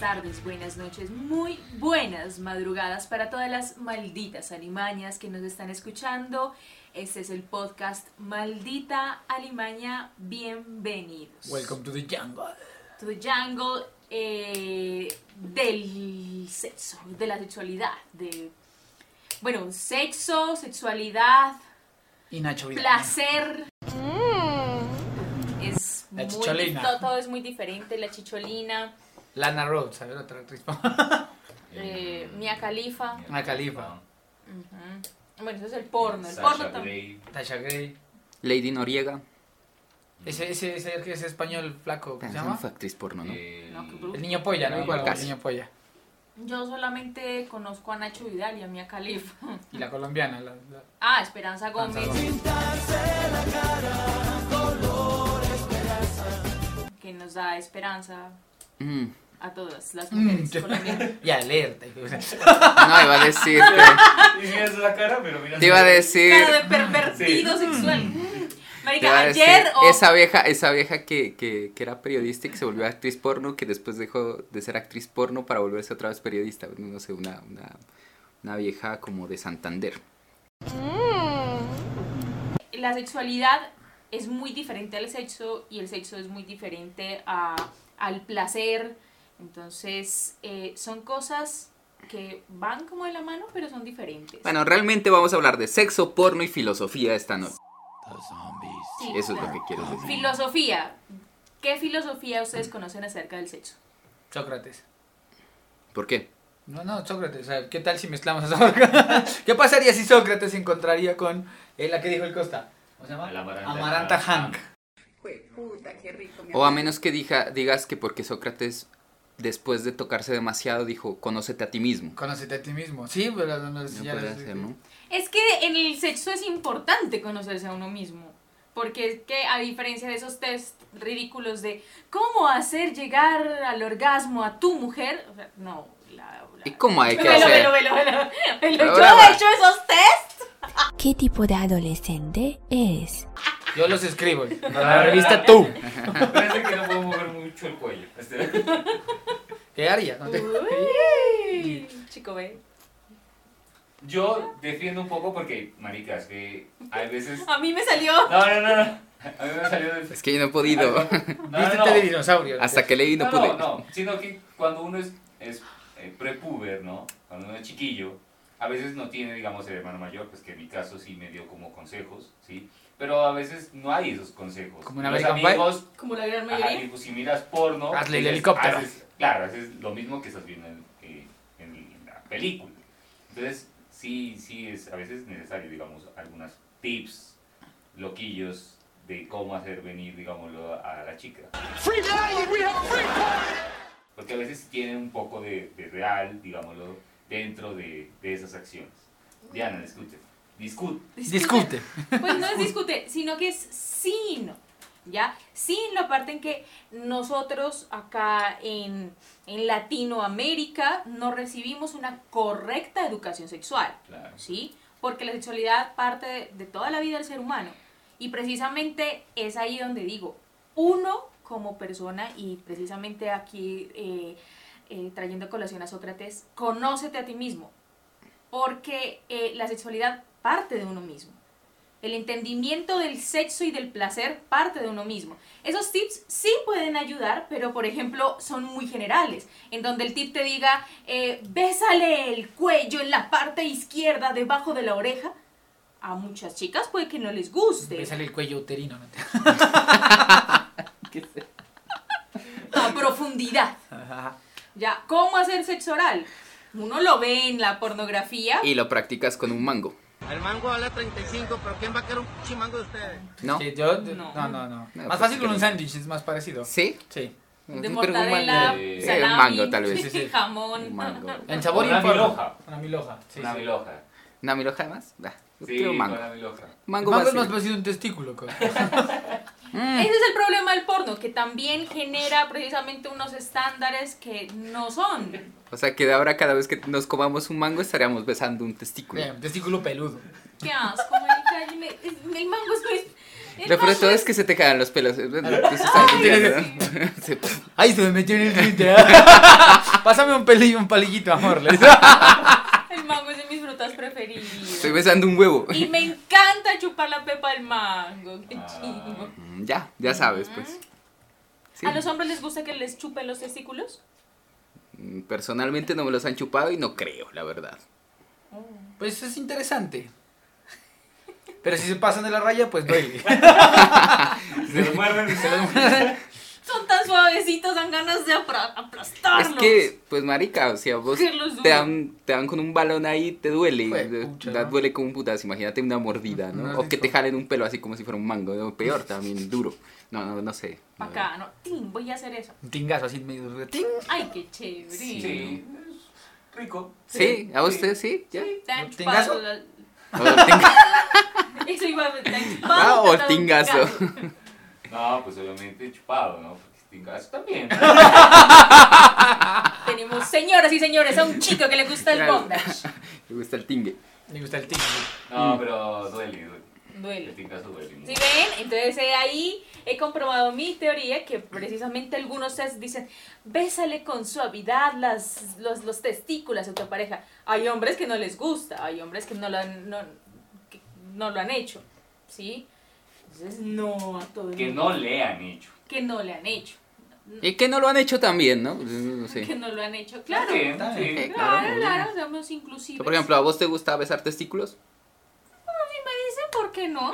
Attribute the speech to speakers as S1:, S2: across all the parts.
S1: tardes, buenas noches, muy buenas madrugadas para todas las malditas alimañas que nos están escuchando. Este es el podcast Maldita Alimaña, bienvenidos.
S2: Welcome to the jungle.
S1: To the jungle eh, del sexo, de la sexualidad, de... Bueno, sexo, sexualidad,
S2: Y Nacho Vidal.
S1: placer. Es
S2: La
S1: muy
S2: chicholina.
S1: dif- Todo es muy diferente, la chicholina,
S2: Lana Rhodes, ¿sabes? Otra actriz.
S1: eh, Mia Khalifa.
S2: Una califa.
S1: Ujú. Bueno, eso es el porno. El porno
S3: Sasha
S1: también.
S3: Grey.
S2: Tasha Gray.
S4: Lady Noriega.
S2: Ese, ese, ese, ese español flaco, ¿qué se
S4: Esa no
S2: llama?
S4: fue actriz porno, ¿no?
S3: el-
S1: No, qué bruto.
S2: El niño polla, ¿no?
S3: No,
S2: Igual, el
S4: casi.
S2: niño polla.
S1: Yo solamente conozco a Nacho Vidal y a Mia Khalifa.
S2: Y la colombiana. La, la-
S1: Ah, Esperanza Gómez. Que nos da esperanza
S4: Mm.
S1: a todas las
S2: Mm,
S1: mujeres
S2: qué-
S1: colombianas.
S2: Y alerta.
S4: No, iba a decir que...
S3: Y mira esa cara, pero mira.
S4: Te iba a decir...
S1: Cara de pervertido sexual.
S4: Te iba
S1: Marica,
S4: a decir,
S1: ayer o
S4: Esa vieja, esa vieja que, que, que era periodista y que se volvió actriz porno, que después dejó de ser actriz porno para volverse otra vez periodista. No sé, una, una, una vieja como de Santander.
S1: la sexualidad es muy diferente al sexo y el sexo es muy diferente a- al placer. Entonces, eh, son cosas que van como de la mano, pero son diferentes.
S4: Bueno, realmente vamos a hablar de sexo, porno y filosofía esta noche.
S1: Sí,
S4: Eso es lo
S1: claro.
S4: que quiero decir.
S1: Filosofía. ¿Qué filosofía ustedes conocen acerca del sexo?
S2: Sócrates.
S4: ¿Por qué?
S2: No, no, Sócrates. O sea, ¿qué tal si mezclamos a Sócrates? ¿Qué pasaría si Sócrates se encontraría con eh, la que dijo el Costa? ¿Cómo se llama?
S3: La Amaranta.
S2: Amaranta Hank.
S5: Jue- puta, qué rico. mi
S4: O a
S5: amor.
S4: menos que dija- digas que porque Sócrates, después de tocarse demasiado, dijo, conócete a ti mismo.
S2: Conócete a ti mismo. Sí, pero no, no,
S4: No
S2: ya
S4: puede
S2: no-
S4: ser, ¿no?
S1: Es que en el sexo es importante conocerse a uno mismo. Porque es que a diferencia de esos test ridículos de cómo hacer llegar al orgasmo a tu mujer, o sea, no. La, la-
S4: ¿Y cómo hay que
S1: Velo,
S4: hacer?
S1: velo, velo, velo, velo. Yo
S4: Ahora va.
S1: he hecho esos test.
S6: ¿Qué tipo de adolescente es?
S2: Yo los escribo. Para la revista tú.
S3: Parece que no puedo mover mucho el cuello. Este-
S2: ¿Qué haría? No te-
S1: Uy, chico, ve.
S3: Yo defiendo un poco porque, maricas, que hay veces.
S1: A mí me salió.
S3: No, no, no, no. A mí me salió del.
S4: Es que yo no he podido.
S3: No, no,
S2: Vístete
S3: no.
S2: de dinosaurio.
S4: Hasta que leí no,
S3: No,
S4: pude.
S3: no, no, sino que cuando uno es, es eh, prepuber, ¿no? Cuando uno es chiquillo, a veces no tiene, digamos, el hermano mayor, pues que en mi caso sí me dio como consejos, ¿sí? Pero a veces no hay esos consejos.
S2: ¿Como en
S3: Los
S2: American Pie?
S3: amigos,
S1: Como la gran
S3: ajá, y
S1: mayoría.
S3: pues si miras porno...
S2: Hazle el
S3: pues,
S2: helicóptero.
S3: haces- claro, haces lo mismo que estás viendo en, eh, en- en la película. Entonces, sí, sí es a veces necesario, digamos, algunas tips, loquillos de cómo hacer venir, digámoslo, a la chica. Porque a veces tienen un poco de, de real, digámoslo, dentro de, de esas acciones. Diana, discute. Discute.
S2: Discute.
S1: Pues no es discute, sino que es sino. ¿Ya? Sin la parte en que nosotros acá en, en Latinoamérica no recibimos una correcta educación sexual.
S3: Claro.
S1: ¿sí? Porque la sexualidad parte de, de toda la vida del ser humano. Y precisamente es ahí donde digo, uno como persona, y precisamente aquí eh, eh, trayendo a colación a Sócrates, conócete a ti mismo, porque eh, la sexualidad parte de uno mismo. El entendimiento del sexo y del placer parte de uno mismo. Esos tips sí pueden ayudar, pero por ejemplo son muy generales, en donde el tip te diga, eh, bésale el cuello en la parte izquierda debajo de la oreja. A muchas chicas puede que no les guste.
S2: Me sale el cuello uterino. ¿no?
S1: a profundidad. Ya, ¿cómo hacer sexo oral? Uno lo ve en la pornografía.
S4: Y lo practicas con un mango,
S7: El mango vale 35, pero ¿quién va a querer un pinche mango de ustedes?
S4: ¿no?
S2: Que yo,
S1: No.
S2: no, no, no.
S4: pues
S2: más fácil
S4: sí
S2: con un
S4: creo.
S2: sándwich, es más parecido.
S4: ¿Sí?
S2: Sí.
S1: De
S4: Sí, pero un
S1: mortadela,
S4: mango.
S3: eh,
S4: Sí,
S1: salami,
S4: un mango, tal
S2: Sí,
S4: vez.
S2: sí, sí.
S1: jamón.
S4: Un mango.
S2: En sabor
S3: Una
S2: informa.
S3: miloja.
S2: Una miloja. Sí,
S3: una
S2: sí.
S3: miloja.
S4: ¿Una miloja además? Ah, yo
S3: Sí,
S4: quiero un mango.
S3: una miloja.
S2: El
S4: Mango,
S2: Mango es
S4: vacío. Mm.
S2: más parecido a un testículo. co-
S1: Ese es el problema del porno, que también genera precisamente unos estándares que no son.
S4: O sea que de ahora cada vez que nos comamos un mango estaríamos besando un testículo.
S2: Bien, testículo peludo.
S1: Qué asco, marica, y me- El mango es muy-
S4: Lo peor de todo es que se te caen los pelos. Entonces, ¿sabes qué tienes? Se-
S2: Ay, se me metió en el tinte. ¿eh? Pásame un pelillo, un palillito, amor. le dice.
S1: El mango es de mis frutas
S4: Estoy
S1: preferidas.
S4: besando un huevo.
S1: Y me encanta chupar la pepa del mango. Qué
S3: Ah.
S1: chingo.
S4: Mm, Ya, ya sabes, pues. Sí.
S1: Ah. ¿A los hombres les gusta que les chupen los testículos?
S4: Mm, Personalmente no me los han chupado y no creo, la verdad.
S2: Pues es interesante. Pero si se pasan de la raya, pues duele.
S3: Se los muerden.
S2: Se los muerde.
S1: Son tan suavecitos, dan ganas de apra-
S4: Es
S1: aplastarlos.
S4: que, pues marica, o sea, vos
S1: Cogerlos duro.
S4: te dan, te dan con un balón ahí, te duele,
S2: Jue-
S4: te-
S2: pucha,
S4: da-
S2: ¿no?
S4: duele como un putazo, imagínate una mordida, ¿no?
S2: No,
S4: o que
S2: rico.
S4: te jalen un pelo así como si fuera un mango, ¿no? peor también, duro. No, no, no sé.
S1: Pa' acá, no. Tin, voy a hacer eso.
S2: Un tingazo así en medio. de- ¡Ting!
S1: Ay, qué chévere.
S3: Sí, es rico.
S4: ¿Sí? ¿A usted sí? ¿Ya?
S1: Te han
S2: ¿Un
S1: chupado
S2: tingazo?
S1: la-
S4: O el tinga-
S1: Eso iba a te han chupado,
S4: Ah,
S1: te
S4: o
S1: han dado un
S4: tingazo.
S3: No, pues obviamente chupado, ¿no? Porque tingazo también.
S1: Tenemos, señoras y señores, a un chico que le gusta el
S4: Claro.
S1: bondage.
S4: Me gusta el tingue.
S2: Me gusta el tingue.
S3: No, pero duele, duele. El
S1: Duele.
S3: tingazo duele.
S1: ¿Sí ven? Entonces eh, ahí he comprobado mi teoría que precisamente algunos test dicen, bésale con suavidad las, los, los testículos a tu pareja. Hay hombres que no les gusta, hay hombres que no lo han, no, que no lo han hecho, ¿sí? Entonces no a todo el
S3: Que
S1: mundo.
S3: no le han hecho.
S1: Que no le han hecho.
S4: Y que no lo han hecho también, ¿no? Pues, No sé.
S1: Que no lo han hecho, claro.
S3: También,
S2: Está bien.
S3: sí.
S4: Eh,
S1: Claro,
S4: Claro,
S1: claro, pues, somos inclusivos.
S4: Por ejemplo, ¿a vos te gusta besar testículos?
S1: Dicen, ¿por qué no?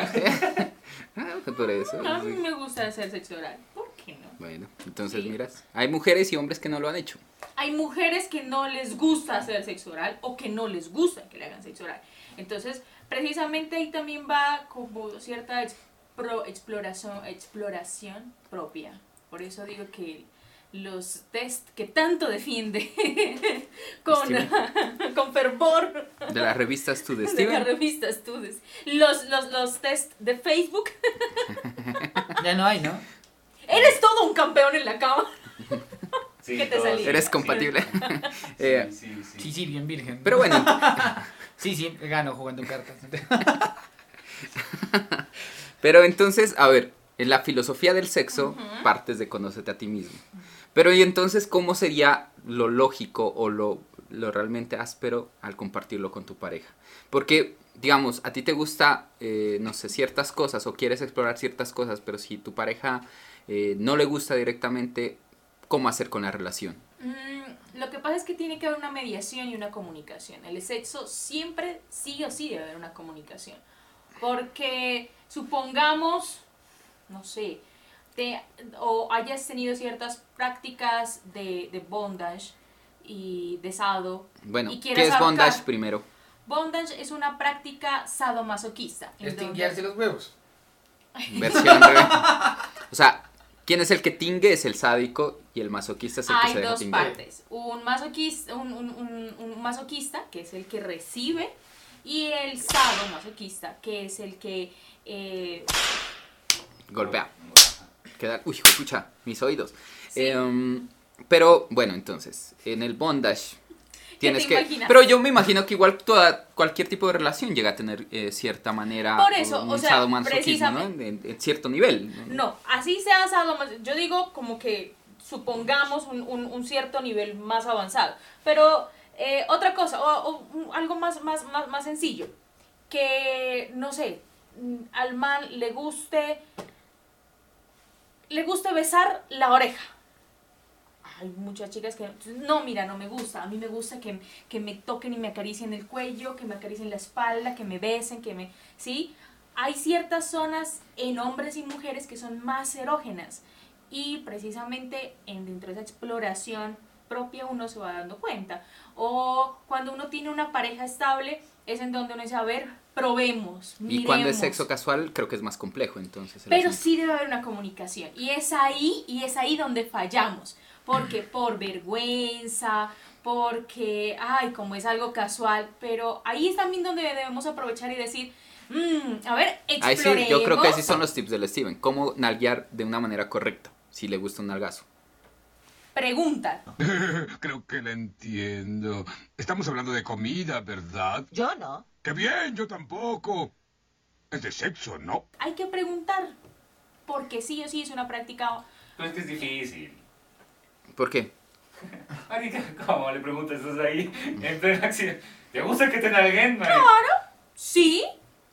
S4: Ah, por eso.
S1: No, a mí
S4: sí.
S1: me gusta hacer sexo oral. ¿Por qué no?
S4: Bueno, entonces
S1: Sí.
S4: miras. Hay mujeres y hombres que no lo han hecho.
S1: Hay mujeres que no les gusta hacer sexo oral o que no les gusta que le hagan sexo oral. Entonces, precisamente ahí también va como cierta expro- exploración, exploración propia. Por eso digo que los test que tanto defiende con, con fervor
S4: De las revistas tú
S1: de
S4: de
S1: las
S4: Steven.
S1: revistas Studies, los, los, los test de Facebook
S2: Ya no hay, ¿no?
S1: Eres todo un campeón en la cama.
S3: Sí,
S1: ¿Qué te
S3: todos-
S1: salía?
S4: Eres
S3: sí,
S4: compatible.
S3: sí,
S4: Eh,
S3: sí, sí.
S2: Sí, sí, bien virgen.
S4: Pero bueno,
S2: Sí, sí, gano jugando cartas.
S4: pero entonces, a ver, en la filosofía del sexo, partes de conócete a ti mismo. Pero y entonces, ¿cómo sería lo lógico o lo, lo realmente áspero al compartirlo con tu pareja? Porque, digamos, a ti te gusta, eh, no sé, ciertas cosas o quieres explorar ciertas cosas, pero si tu pareja eh, no le gusta directamente, ¿cómo hacer con la relación?
S1: Mm, lo que pasa es que tiene que haber una mediación y una comunicación. El sexo siempre, sí o sí, debe haber una comunicación. Porque supongamos, no sé, te- o hayas tenido ciertas prácticas de, de bondage y de sado.
S4: Bueno,
S1: y
S4: ¿qué
S1: quieras
S4: es bondage
S1: ahorcar.
S4: primero?
S1: Bondage es una práctica sadomasoquista. en
S2: Es
S1: donde-
S2: tinguearse los huevos.
S4: Versión re- O sea, ¿quién es el que tingue? Es el sádico y el masoquista es el que
S1: Hay
S4: se deja
S1: dos
S4: tinguear.
S1: partes. Un masoquista, un, un- un- un masoquista, que es el que recibe, y el sado masoquista, que es el que eh,
S4: Golpea. Queda, uy, escucha, mis oídos.
S1: Sí.
S4: Em, pero bueno, entonces, en el bondage tienes
S1: te
S4: que...
S1: imaginas?
S4: Pero yo me imagino que igual toda, cualquier tipo de relación llega a tener eh, cierta manera...
S1: Por eso,
S4: un
S1: o sea,
S4: sadomasoquismo, ¿no?
S1: precisamente-
S4: En, en cierto nivel.
S1: No, así sea sadomasoquista. Yo digo como que supongamos un, un- un cierto nivel más avanzado. Pero eh, otra cosa, o, o un- algo más, más, más, más sencillo, que no sé, mm, al man le guste, le guste besar la oreja. Hay muchas chicas que, no, mira, no me gusta. A mí me gusta que, que me toquen y me acaricien el cuello, que me acaricien la espalda, que me besen, que me... ¿Sí? Hay ciertas zonas en hombres y mujeres que son más erógenas. Y precisamente en, dentro de esa exploración propia uno se va dando cuenta. O cuando uno tiene una pareja estable, es en donde uno dice, a ver, probemos.
S4: Y cuando es
S1: miremos".
S4: sexo casual, creo que es más complejo, entonces. el
S1: Pero
S4: asunto.
S1: sí debe haber una comunicación. Y es ahí, y es ahí donde fallamos. Porque por vergüenza, porque, ay, como es algo casual. Pero ahí es también donde debemos aprovechar y decir, "Mm, a ver,
S4: Ahí sí,
S1: exploremos.
S4: yo creo que esos son los tips del Steven. Cómo nalguear de una manera correcta, si le gusta un nalgazo.
S1: Pregunta.
S8: Creo que la entiendo. Estamos hablando de comida, ¿verdad?
S9: Yo no.
S8: ¡Qué bien! Yo tampoco. Es de sexo, ¿no?
S1: Hay que preguntar, porque sí o sí es una práctica...
S3: Pero es que es difícil.
S4: ¿Por qué?
S3: Marica, ¿cómo le preguntas estás ahí en plena acción? ¿Te gusta que te nalguen, marica?
S1: Claro, sí,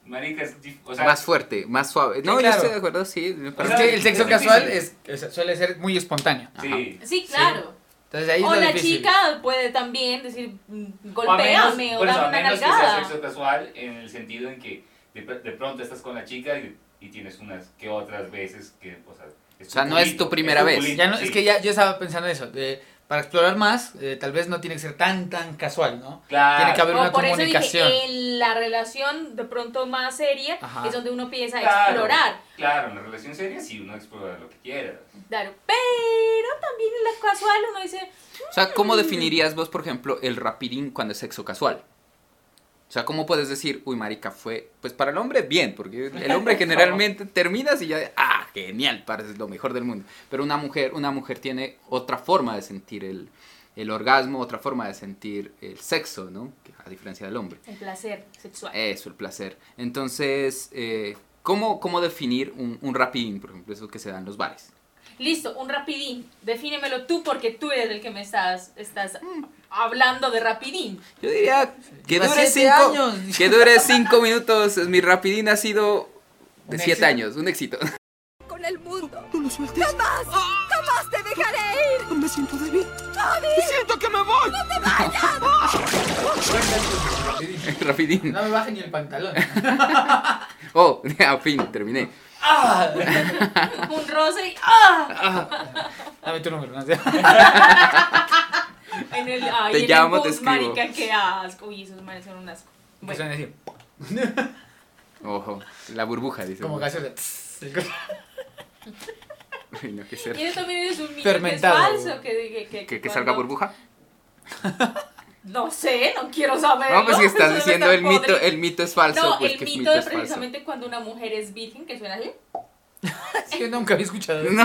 S3: Marica, es dif- o sea,
S4: más fuerte, más suave. No, yo
S2: claro.
S4: estoy de acuerdo, sí. me
S3: O
S2: Es
S4: parece-
S3: sea,
S2: que el sexo
S3: es
S2: casual es,
S3: difícil.
S2: es- suele ser muy espontáneo.
S3: sí.
S1: sí, claro.
S2: Entonces ahí es
S1: O
S2: lo
S1: la
S2: difícil.
S1: chica puede también decir, mm,
S3: O a menos-
S1: golpéame o
S3: por eso,
S1: dame
S3: a
S1: una
S3: menos que sea
S1: nalgada.
S3: sexo casual en el sentido en que de, pr- de pronto estás con la chica y, y tienes unas que otras veces que, o sea, es
S4: O sea, no es tu primera vez.
S3: culito,
S2: Ya no-
S3: sí.
S2: Es que ya yo estaba pensando eso. de- para explorar más, eh, tal vez no tiene que ser tan, tan casual, ¿no?
S3: Claro.
S2: Tiene que haber
S1: O
S2: una
S1: por eso
S2: comunicación.
S1: dije, en la relación de pronto más seria
S2: Ajá.
S1: es donde uno empieza a
S3: Claro,
S1: explorar.
S3: Claro, en la relación seria sí uno explora lo que quiera.
S1: Claro, pero también en la casual uno dice,
S4: O sea, ¿cómo definirías vos, por ejemplo, el rapidín cuando es sexo casual? O sea, ¿cómo puedes decir, uy, marica, fue... Pues para el hombre, bien, porque el hombre generalmente terminas y ya... Ah, genial, parce, es lo mejor del mundo. Pero una mujer, una mujer tiene otra forma de sentir el, el orgasmo, otra forma de sentir el sexo, ¿no? Que A diferencia del hombre.
S1: el placer sexual.
S4: Eso, el placer. Entonces, eh, ¿cómo, ¿cómo definir un, un rapidín, por ejemplo, eso que se da en los bares?
S1: Listo, un rapidín. Defínemelo tú porque tú eres el que me estás, estás hablando de rapidín.
S4: Yo diría que
S2: Más
S4: dure
S2: siete
S4: cinco,
S2: años.
S4: que dure cinco minutos. es Mi rapidín ha sido de
S2: Un
S4: siete
S2: éxito.
S4: años, un éxito.
S5: Con el mundo. No lo sueltes. ¡Jamás! ¡Jamás te dejaré ir! Me siento débil.
S8: ¡Siento que me voy!
S4: rapidín.
S2: No me baje ni el pantalón.
S4: Oh, a fin, terminé.
S2: ¡Ah!
S1: Un roce y ¡ah!
S2: Dame tu número. ¿no?
S1: En el, ay, en
S4: Te
S1: el
S4: llamo, te
S1: bus,
S4: escribo.
S1: marica, qué asco. Uy, esos manes son un asco.
S2: Que
S1: Bueno,
S2: suena así,
S4: Ojo, la burbuja, dice.
S2: como gaseosa.
S4: Ay, no, qué
S1: y
S4: ser.
S1: eso también es un mito
S2: Fermentado.
S1: que es falso. Que, que, que,
S4: ¿Que, que salga
S1: cuando-
S4: burbuja?
S1: No sé, no quiero saber.
S4: No, pues que estás diciendo el mito, el mito es falso.
S1: No,
S4: pues
S1: el
S4: que
S1: mito es
S4: falso.
S1: precisamente cuando una mujer es virgen, que suena así.
S2: Sí, yo nunca había escuchado eso.
S4: No,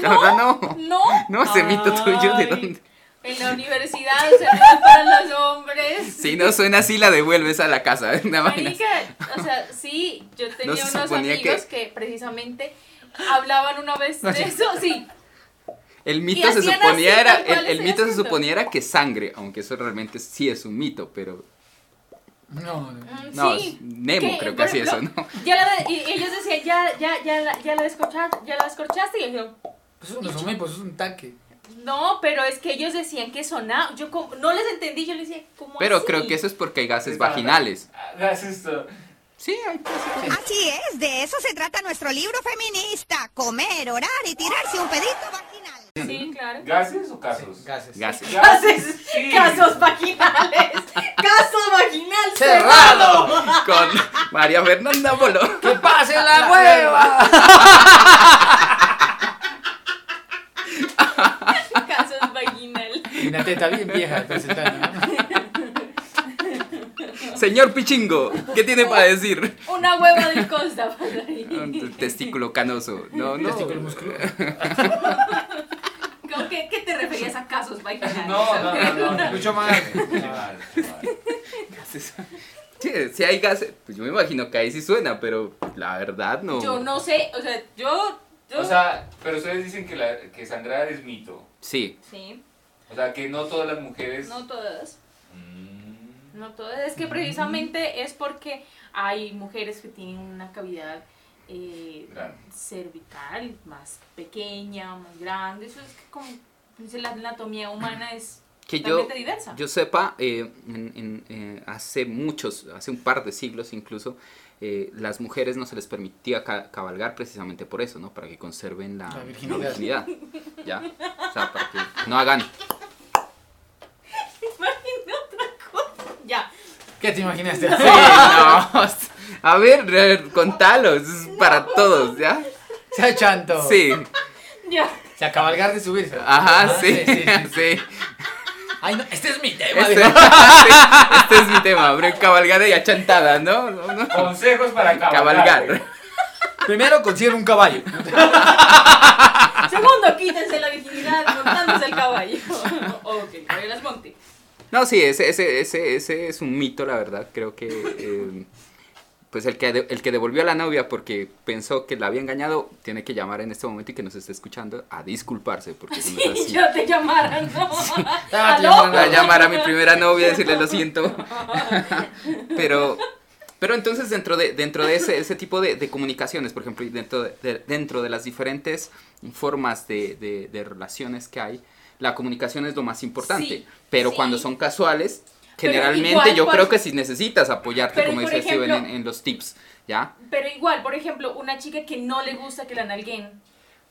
S4: la verdad no.
S1: No.
S4: No, ese mito tuyo, ¿de
S1: Ay,
S4: dónde?
S1: En la universidad se va para los hombres.
S4: Si no suena así, la devuelves a la casa. Una vaina.
S1: Marica, o sea, sí, yo tenía
S4: se
S1: unos
S4: suponía
S1: amigos que... precisamente hablaban una vez de eso, sí.
S4: El
S1: Y
S4: mito se
S1: hacían
S4: suponía
S1: así,
S4: era,
S1: tal cual
S4: el, el
S1: estoy
S4: mito se
S1: haciendo.
S4: suponía era que sangre, aunque eso realmente sí es un mito, pero
S2: No, no.
S1: Mm,
S4: no,
S1: sí.
S4: es Nemo
S1: Que,
S4: creo que
S1: por
S4: hacía eso,
S1: ejemplo,
S4: ¿no?
S1: Ya la de- y ellos decían, ya, ya, ya, la- ya la descorchaste, ya la descorchaste, y yo digo,
S2: Pues eso no es un meme, pues eso es un taque.
S1: no, pero es que ellos decían que sonaba, yo como- no les entendí, yo les decía, ¿cómo
S4: Pero
S1: así?
S4: creo que eso es porque hay gases
S3: Está-
S4: vaginales.
S3: Ah, Haz esto.
S4: Sí, hay gases.
S9: Así es, de eso se trata nuestro libro feminista. Comer, orar y tirarse un pedito vaginal.
S1: Sí, claro.
S3: ¿Gases o casos?
S2: Gases.
S4: gases.
S1: Gases,
S3: Sí.
S1: casos vaginales, caso vaginal cerrado.
S2: ¡Cerrado!
S4: Con María Fernanda Bolo.
S2: ¡Que pase la hueva!
S1: Casos vaginal.
S2: Y una teta bien vieja. entonces, ¿no?
S4: Señor Pichingo, ¿qué tiene para decir?
S1: Una hueva del costa por ahí.
S4: Un testículo canoso. No, no.
S2: Testículo musculoso.
S1: ¿Cómo que- qué te referías a casos vaginales?
S3: No, no, no, no, no.
S2: Mucho más.
S3: Mucho más, mucho más.
S4: Sí, si hay gases, pues yo me imagino que ahí sí suena, pero la verdad no.
S1: Yo no sé, o sea, yo, yo
S3: O sea, pero ustedes dicen que, la, que sangrar es mito.
S4: Sí,
S1: sí,
S3: O sea, que no todas las mujeres...
S1: no todas,
S3: Mm.
S1: no todas, es que precisamente es porque hay mujeres que tienen una cavidad eh,
S3: Grande.
S1: cervical más pequeña, más grande, eso es que como dice, la anatomía humana es
S4: que yo
S1: totalmente diversa.
S4: Yo sepa, eh, en- en- eh, hace muchos, hace un par de siglos incluso, eh, las mujeres no se les permitía ca- cabalgar precisamente por eso, ¿no? Para que conserven la,
S2: La virginidad.
S4: la virginidad, ¿Ya? O sea, para que no hagan.
S1: Imagina otra cosa. Ya,
S2: ¿Qué te imaginaste?
S4: Sí, no. A ver, re- contalo, eso es para todos, ¿ya?
S2: Sea chanto.
S4: Sí, Ah,
S1: ya.
S2: Se acaba el de subirse.
S4: ajá, sí, sí.
S2: sí, sí.
S4: sí.
S2: Ay, no, este es mi tema.
S4: Este,
S2: digo.
S4: este es mi tema, hombre, cabalgada y achantada, ¿no? No, no.
S3: Consejos para cabalgar. güey.
S4: Cabalgar.
S2: Primero consigue un caballo.
S1: Segundo, quítense la virginidad montándose el caballo. ok, Gabriel las monte.
S4: No, sí, ese, ese, ese, ese es un mito, la verdad. Creo que eh, pues el que, de- el que devolvió a la novia porque pensó que la había engañado, tiene que llamar en este momento y que nos esté escuchando a disculparse porque eso no es así.
S1: yo te llamara, no.
S2: Ah, te
S1: ¿Aló?
S2: llamaron
S4: a llamar a mi primera novia y decirle lo siento. pero, pero entonces dentro de, dentro de ese, ese tipo de, de comunicaciones, por ejemplo, y dentro de, de- dentro de las diferentes formas de, de- de relaciones que hay, la comunicación es lo más importante.
S1: Sí,
S4: pero
S1: sí.
S4: cuando son casuales,
S1: Pero
S4: generalmente
S1: igual
S4: yo
S1: cuando-
S4: creo que si necesitas apoyarte,
S1: Pero,
S4: como
S1: por
S4: dice Steven en,
S1: ejemplo-
S4: en los tips, ¿ya?
S1: Pero igual, por ejemplo, una chica que no le gusta que la nalguen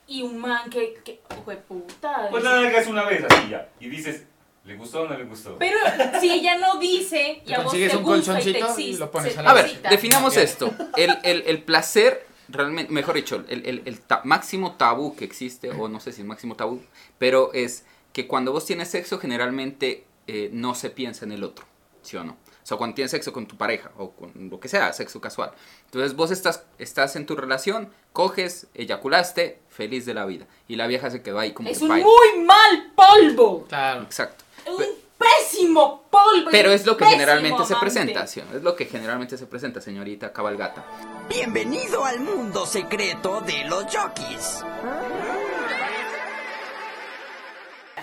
S1: y un man que, que puta.
S3: Pues la nalgas una vez así ya. Y dices, ¿le gustó o no le gustó?
S1: Pero si ella no dice y
S2: Te
S1: a vos te
S2: consigues un
S1: gusta y te
S2: colchoncito y
S1: exi-
S2: lo pones
S1: se-
S2: a la
S4: A ver,
S1: excita.
S4: definamos
S2: Ya.
S4: esto. El, el- el placer, realmente, mejor dicho, el, el- el ta- máximo tabú que existe, o no sé si es máximo tabú, pero es que cuando vos tienes sexo, generalmente eh, no se piensa en el otro, ¿sí o no? O sea, cuando tienes sexo con tu pareja o con lo que sea, sexo casual. Entonces vos estás, estás en tu relación, coges, eyaculaste, feliz de la vida. Y la vieja se quedó ahí como
S1: Es
S4: que
S1: un
S4: baila.
S1: muy mal polvo.
S2: Claro.
S4: Exacto.
S1: Un pésimo polvo.
S4: Pero es lo que
S1: un
S4: generalmente se
S1: Pues pésimo
S4: presenta,
S1: amante.
S4: ¿sí? es lo que generalmente se presenta, señorita cabalgata.
S5: Bienvenido al mundo secreto de los jockeys.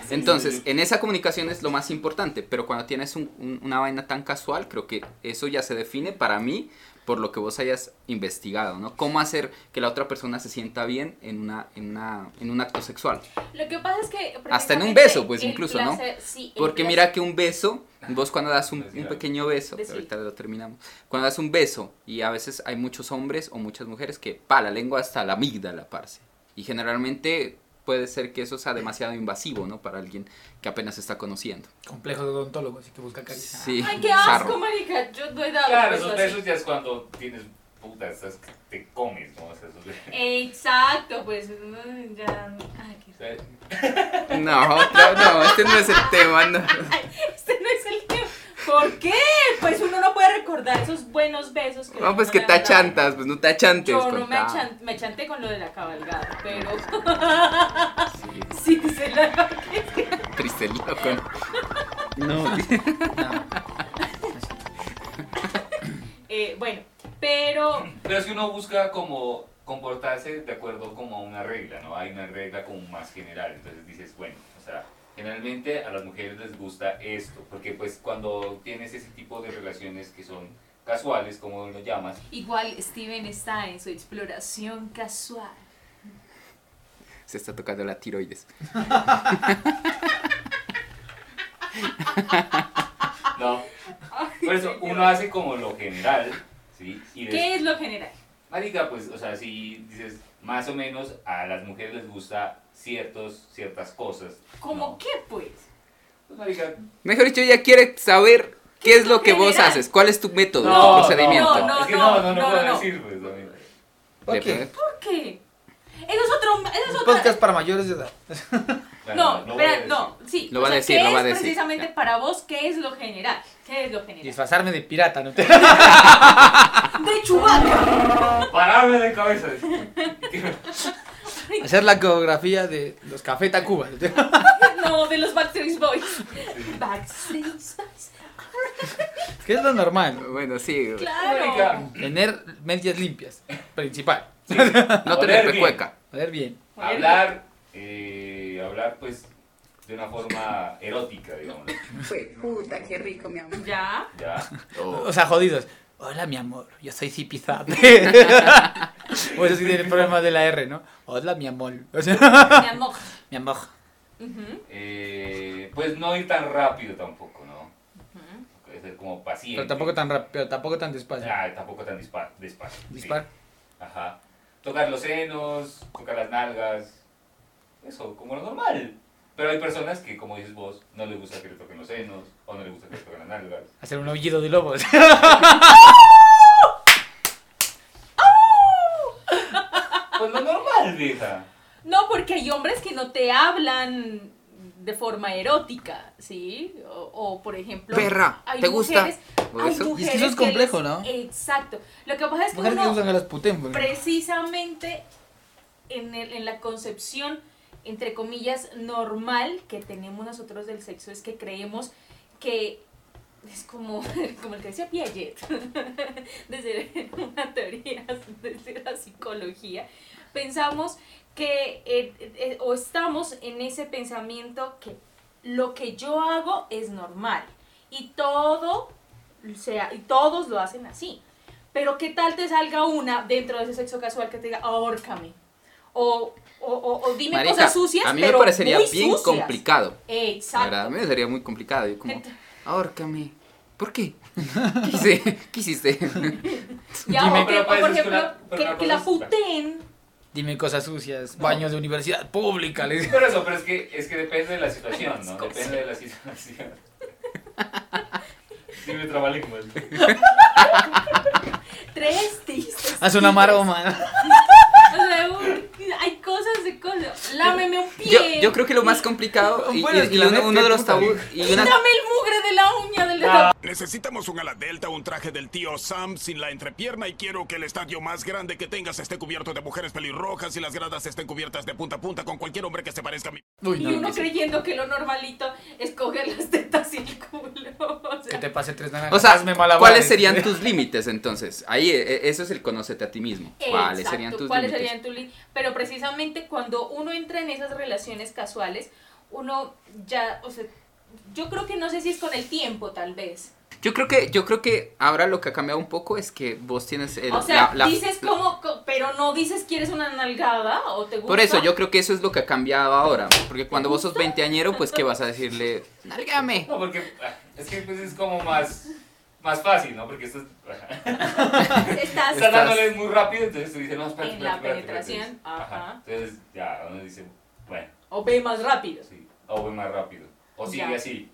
S4: Entonces, eh, en esa comunicación es lo más importante, pero cuando tienes un- un- una vaina tan casual, creo que eso ya se define para mí por lo que vos hayas investigado, ¿no? Cómo hacer que la otra persona se sienta bien en, una, en, una, en un acto sexual.
S1: Lo que pasa es que.
S4: Hasta en un
S1: precisamente
S4: beso, pues,
S1: el
S4: incluso, ¿no?
S1: placer- sí, el
S4: Porque
S1: placer-
S4: mira que un beso, vos cuando das un,
S3: Decir
S4: un
S3: algo.
S4: pequeño beso, pero
S1: Decir.
S4: ahorita lo terminamos, cuando das un beso, y a veces hay muchos hombres o muchas mujeres que, pa, la lengua hasta la amígdala, parce. Y generalmente puede ser que eso sea demasiado invasivo, ¿no? Para alguien que apenas está conociendo.
S2: Complejo de odontólogo, así que busca caries.
S4: Sí,
S1: Ay, qué asco,
S4: zarro.
S1: marica. Yo no he dado
S3: Claro,
S1: un beso
S3: esos
S1: así.
S3: besos ya es cuando tienes puta, estás, te comes, ¿no? O sea, esos- o
S1: Exacto, pues. mm, Ya. Ay, qué
S3: sea,
S4: No, otra- no, este no es el tema, no.
S1: Este no es el tema. ¿Por qué? Pues uno no puede recordar esos buenos besos que.
S4: No, pues que
S1: está
S4: tachantas, pues no tachantes.
S1: Yo no me,
S4: contá.
S1: achan- me achanté con lo de la cabalgada, pero. sí, se la.
S4: Triste loco. No.
S1: Eh, bueno, pero.
S3: Pero es que uno busca como comportarse de acuerdo como a una regla, ¿no? Hay una regla como más general, entonces dices, bueno, o sea, generalmente a las mujeres les gusta esto, porque pues cuando tienes ese tipo de relaciones que son casuales, como lo llamas,
S1: Igual Steven está en su exploración casual.
S4: Se está tocando la tiroides.
S3: no, por eso uno hace como lo general, ¿sí? Y des-
S1: ¿Qué es lo general?
S3: Marica, pues, o sea, si dices, más o menos a las mujeres les gusta ciertos, ciertas cosas.
S1: ¿Cómo
S3: ¿no?
S1: qué, pues?
S3: Pues, marica,
S4: Mejor dicho, ella quiere saber qué es lo que vos
S1: general?
S4: haces, cuál es tu método,
S1: No,
S4: tu procedimiento.
S1: no,
S3: es que no, no, no,
S1: no,
S3: puedo
S1: no.
S3: decir, pues, también.
S4: De-
S2: Ok.
S1: ¿Por qué? Eso es otro. Eso es
S2: Un
S1: otra-
S2: podcast para mayores de edad.
S1: No,
S3: Bueno,
S1: espera,
S3: voy a
S1: no, sí.
S4: Lo va a decir,
S1: ¿qué
S4: lo va a
S1: es
S4: decir.
S1: precisamente para vos qué es lo general? ¿Qué es lo general?
S2: Disfrazarme de pirata, ¿no? te-
S1: De Chubaca.
S3: decir. Pararme de cabeza.
S2: Hacer la coreografía de los Café Tacuba. ¿no? te-
S1: No, de los Backstreet Boys. Backstreet
S3: Pues,
S1: Boys.
S2: Que es lo normal.
S4: Bueno, sí.
S1: Claro.
S3: Pues, Marica,
S2: Tener medias limpias. Principal.
S4: No
S3: Oler
S4: tener
S3: bien.
S4: pecueca.
S2: A ver bien.
S3: hablar, eh, hablar, pues, de una forma erótica, digamos.
S9: Fue puta, qué rico, mi amor.
S1: Ya.
S3: Ya.
S2: O sea, jodidos. Hola, mi amor. Yo soy Cipizate. o eso sí tiene el problema de la R, ¿no? Hola, mi amor. O sea,
S1: Mi amor.
S2: mi amor.
S1: Ujú.
S3: Eh, pues no ir tan rápido tampoco, ¿no? Es ser como paciente.
S2: Pero tampoco tan rápido, pero tampoco tan despacio.
S3: Ah, tampoco tan dispa- despacio. sí.
S2: Dispar.
S3: Ajá. Tocar los senos, tocar las nalgas. Eso, como lo normal. Pero hay personas que, como dices vos, no les gusta que le toquen los senos o no les gusta que le toquen las nalgas.
S2: Hacer un aullido de lobos.
S3: Pues lo normal, vieja.
S1: No, porque hay hombres que no te hablan de forma erótica, ¿sí? O, o, por ejemplo.
S4: Perra,
S1: hay
S4: ¿te gusta?
S1: mujeres-
S4: O
S1: hay
S2: Y
S4: eso.
S2: es que
S1: mujeres
S2: eso es complejo,
S1: les-
S2: ¿no?
S1: Exacto. Lo que pasa es que
S2: Mujeres que
S1: uno.
S2: usan a las puten, güey.
S1: precisamente en, el- en la concepción, entre comillas, normal que tenemos nosotros del sexo es que creemos que es como, como el que decía Piaget, desde una teoría, desde la psicología, pensamos que, eh, eh, o estamos en ese pensamiento que lo que yo hago es normal y todo, o sea, y todos lo hacen así. Pero qué tal te salga una dentro de ese sexo casual que te diga, ahórcame, o, o, o, o dime
S4: Marica,
S1: cosas sucias,
S4: a mí
S1: pero
S4: me parecería
S1: muy
S4: bien
S1: sucias.
S4: complicado. La
S1: Exacto.
S4: verdad, a mí me sería muy complicado. Yo como,
S1: Ent-
S4: ahórcame. ¿Por qué? ¿Qué hice? ¿Qué hiciste?
S1: Ya,
S2: Dime.
S1: o que,
S3: Pero
S1: o
S3: para
S1: por
S3: eso es que
S1: ejemplo,
S3: la- pero
S1: que,
S3: una
S1: que
S3: cosa
S1: la
S3: es-
S1: puteen.
S2: Dime cosas sucias, baños de universidad pública. le digo.
S3: Pero eso, pero es que, es que depende de la situación, ¿no? Depende de la situación. Dime trabalenguas.
S1: Tres tizas.
S2: Haz una maroma.
S1: O sea, un- hay cosas de cosas. Lámeme un pie.
S4: Yo, yo creo que lo más complicado y,
S2: Bueno, es
S4: y-
S2: que
S4: y
S2: la
S4: uno,
S2: neta,
S4: uno de los
S2: puta,
S4: tabús y una, Ah,
S1: Quítame el mugre de la uña del dedo.
S8: Necesitamos un ala delta, un traje del tío Sam sin la entrepierna y quiero que el estadio más grande que tengas esté cubierto de mujeres pelirrojas y las gradas estén cubiertas de punta a punta con cualquier hombre que se parezca a mí.
S2: Uy,
S1: y
S2: no,
S1: uno
S2: que,
S1: creyendo que lo normalito es coger las tetas y el culo. O
S2: que
S1: sea,
S2: te pase tres naranjas.
S4: o sea,
S2: hazme malabares.
S4: ¿cuáles serían tus límites entonces? Ahí e- e- eso es el conócete a ti mismo. ¿Cuáles
S1: exacto,
S4: serían tus
S1: ¿cuáles
S4: límites?
S1: serían tus li- Pero precisamente cuando uno entra en esas relaciones casuales, uno ya, o sea, yo creo que no sé si es con el tiempo, tal vez.
S4: Yo creo que yo creo que ahora lo que ha cambiado un poco es que vos tienes el,
S1: o sea,
S4: la- la-
S1: dices
S4: la-
S1: como, co- pero no dices quieres una nalgada o te gusta.
S4: Por eso yo creo que eso es lo que ha cambiado ahora, porque cuando vos sos veinteañero, pues que vas a decirle, "Nálgame."
S3: No, porque ah, es que pues, es como más, más fácil, ¿no? Porque estás,
S1: Estás
S3: estás dándole muy rápido, entonces tú dices, no, espérate,
S1: En la
S3: espérate, espérate, espérate.
S1: penetración, ajá.
S3: Entonces ya uno dice, bueno,
S1: O ve más rápido.
S3: sí, o voy más rápido. O sigue
S1: Ya.
S3: así,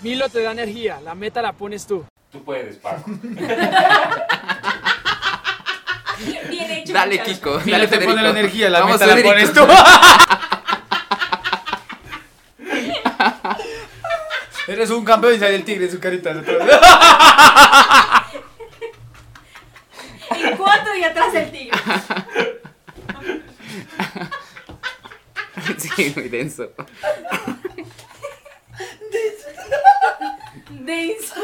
S10: Milo te da energía, la meta la pones tú.
S3: tú puedes, Paco.
S1: Bien hecho.
S4: Dale,
S1: muchacho.
S4: Kiko,
S2: Mira,
S4: dale,
S2: te pone la
S4: Federico.
S2: energía, la
S4: Vamos,
S2: meta la
S4: Federico.
S2: pones tú. Eres un campeón y sale el tigre en su carita.
S1: En cuatro y atrás el tigre.
S4: Sí, muy denso.
S1: Denso.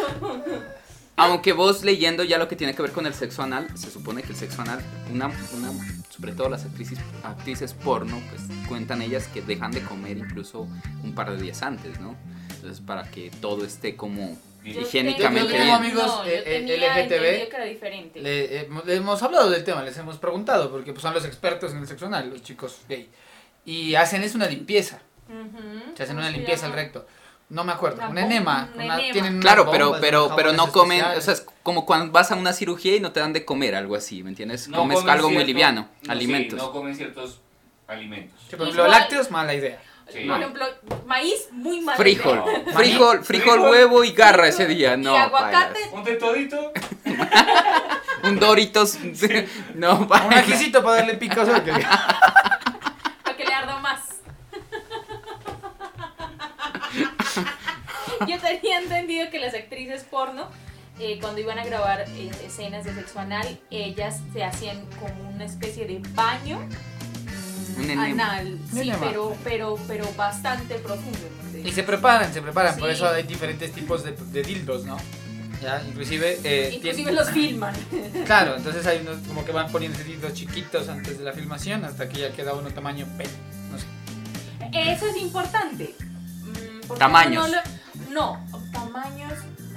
S4: Aunque vos leyendo ya lo que tiene que ver con el sexo anal, se supone que el sexo anal, una, una, sobre todo las actrices, actrices porno, pues cuentan ellas que dejan de comer incluso un par de días antes, ¿no? Entonces para que todo esté como
S3: Yo
S4: higiénicamente
S2: tengo-
S4: bien.
S2: amigos,
S1: No, yo
S2: eh, eh,
S1: tenía
S2: LGTB.
S1: entendido que era diferente.
S2: Le, eh, le hemos hablado del tema, les hemos preguntado, porque pues, son los expertos en el sexo anal, los chicos gay. Y hacen es una limpieza,
S1: Ujú.
S2: se hacen
S1: ¿Cómo
S2: una
S1: se
S2: limpieza al
S1: llama?
S2: recto. No me acuerdo,
S1: Una
S2: un
S1: bom-
S2: enema.
S1: un
S2: una-
S1: enema.
S2: tienen unas
S4: Claro, pero,
S2: bombas,
S4: pero,
S2: unos
S4: pero no
S2: jabones
S4: comen, o sea,
S2: especiales.
S4: es como cuando vas a una cirugía y no te dan de comer, algo así, ¿me entiendes?
S3: No
S4: Comes
S3: comen
S4: algo muy
S3: cierto-
S4: liviano,
S3: no, sí,
S4: alimentos.
S3: no comen ciertos alimentos.
S2: Sí, por ejemplo,
S1: Igual-
S2: lácteos, mala idea.
S3: Sí.
S1: Por ejemplo, maíz muy mal.
S4: Frijol,
S3: No.
S4: frijol, frijol,
S3: Frijol.
S4: huevo y garra ese día, no.
S1: y aguacate.
S4: pailas.
S3: Ponte todito.
S4: Un Doritos, no,
S2: Un
S4: pailas.
S2: ajicito para darle picoso.
S1: Para que le arda más. Yo tenía entendido que las actrices porno, eh, cuando iban a grabar eh, escenas de sexo anal, ellas se hacían como una especie de baño mm,
S4: Un enema.
S1: anal.
S2: Un
S1: Sí,
S2: enema.
S1: pero, pero, pero bastante profundo. ¿no?
S2: Y se preparan, se preparan, por
S1: Sí.
S2: eso hay diferentes tipos de, de dildos, ¿no? Ya, inclusive... eh,
S1: Inclusive
S2: tienen-
S1: los filman.
S2: Claro, entonces hay unos como que van poniendo dildos chiquitos antes de la filmación hasta que ya queda uno tamaño pene, no sé.
S1: Eso es importante. Mm, porque
S4: Tamaños.
S1: uno No, lo- no, tamaños.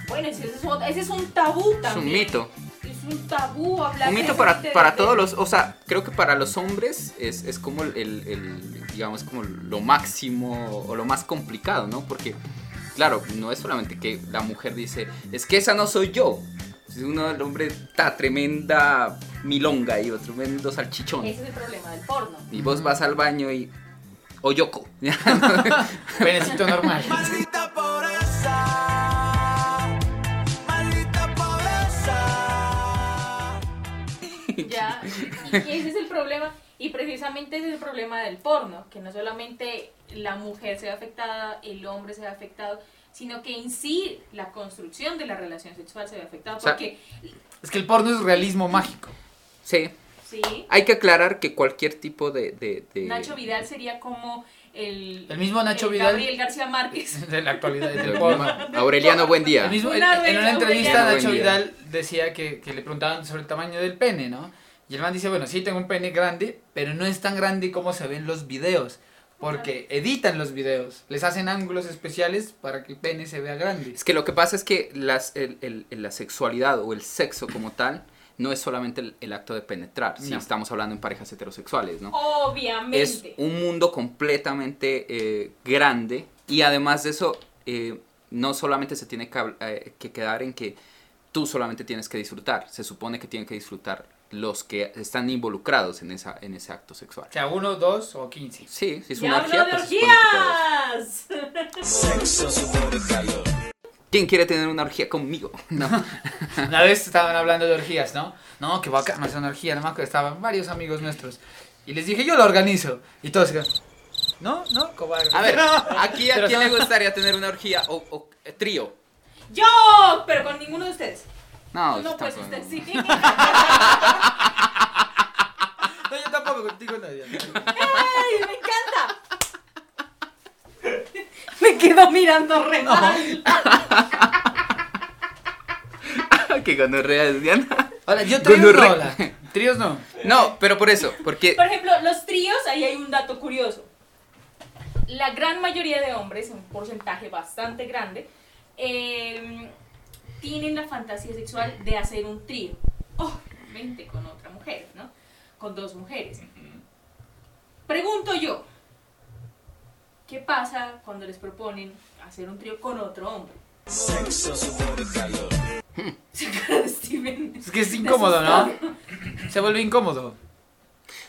S1: Bueno, ese es, un- ese es un tabú
S4: Es un
S1: también.
S4: mito.
S1: Es un tabú hablar
S4: Un
S1: de
S4: mito
S1: eso,
S4: para,
S1: de-
S4: para
S1: de-
S4: todos los, o sea, creo que para los hombres es, es como el, el- el, digamos, como lo máximo o lo más complicado, ¿no? Porque, claro, no es solamente que la mujer dice, es que esa no soy yo. Si uno, el hombre, está tremenda milonga y otro tremendo salchichón.
S1: Ese es el problema del porno.
S4: Y vos vas al baño y, o yoco.
S2: Penecito normal.
S1: Ya, y ese es el problema. Y precisamente ese es el problema del porno, que no solamente la mujer se ve afectada, el hombre se ve afectado, sino que en sí la construcción de la relación sexual se ve afectada.
S4: O sea-
S1: Porque,
S2: es que el porno es realismo mágico.
S4: sí,
S1: sí,
S4: eh, hay que aclarar que cualquier tipo de... de- de-
S1: Nacho Vidal sería como el,
S2: El mismo Nacho Vidal.
S1: Gabriel García Márquez.
S2: de la actualidad del
S4: Del
S2: porno.
S4: mismo- Aureliano, buen día.
S2: El mismo- en,
S1: Una
S2: en
S1: vez,
S2: una entrevista
S1: Aureliano.
S2: Nacho
S4: Buen día.
S2: Vidal decía que, que le preguntaban sobre el tamaño del pene, ¿no? Y el man dice, bueno, sí tengo un pene grande, pero no es tan grande como se ven los videos. Porque editan los videos, les hacen ángulos especiales para que el pene se vea grande.
S4: Es que lo que pasa es que las, el- el- el- la sexualidad o el sexo como tal no es solamente el, el acto de penetrar, si
S2: No.
S4: estamos hablando en parejas heterosexuales, ¿no?
S1: Obviamente.
S4: Es un mundo completamente eh, grande y además de eso, eh, no solamente se tiene que, habl- eh, que quedar en que tú solamente tienes que disfrutar, se supone que tienen que disfrutar los que están involucrados en, esa, en ese acto sexual.
S2: O sea, uno, dos o quince.
S4: Sí, si es
S1: ¡Ya
S4: una
S1: habló
S4: orgía,
S1: de
S4: pues se supone que todos.
S1: orgías!
S4: ¿Quién quiere tener una orgía conmigo? No.
S2: Una vez estaban hablando de orgías, ¿no? No, que bacana es una orgía, nada más que estaban varios amigos nuestros. Y les dije, yo lo organizo. Y todos dijeron, no, no, cobarde.
S4: A ver,
S2: No.
S4: aquí a
S2: Pero
S4: quién le
S2: son-
S4: gustaría tener una orgía o, o, eh, trío.
S1: ¡Yo! Pero con ninguno de ustedes.
S4: No,
S1: no, pues
S4: tampoco.
S1: usted sí.
S2: No, yo tampoco contigo, no, ya, no.
S1: ¡Ey! ¡Me encanta! Me quedo mirando re mal.
S4: que gonorrea es Diana.
S2: Hola, yo tríos no,
S4: Gonorrea.
S2: hola. Tríos no.
S4: No, pero por eso, porque
S1: Por ejemplo, los tríos, ahí hay un dato curioso. La gran mayoría de hombres, un porcentaje bastante grande, eh, tienen la fantasía sexual de hacer un trío. Obviamente con otra mujer, ¿no? Con dos mujeres. Pregunto yo, ¿qué pasa cuando les proponen hacer un trío con otro hombre? Sexo Steven.
S2: Es que es incómodo, ¿no? Se vuelve incómodo.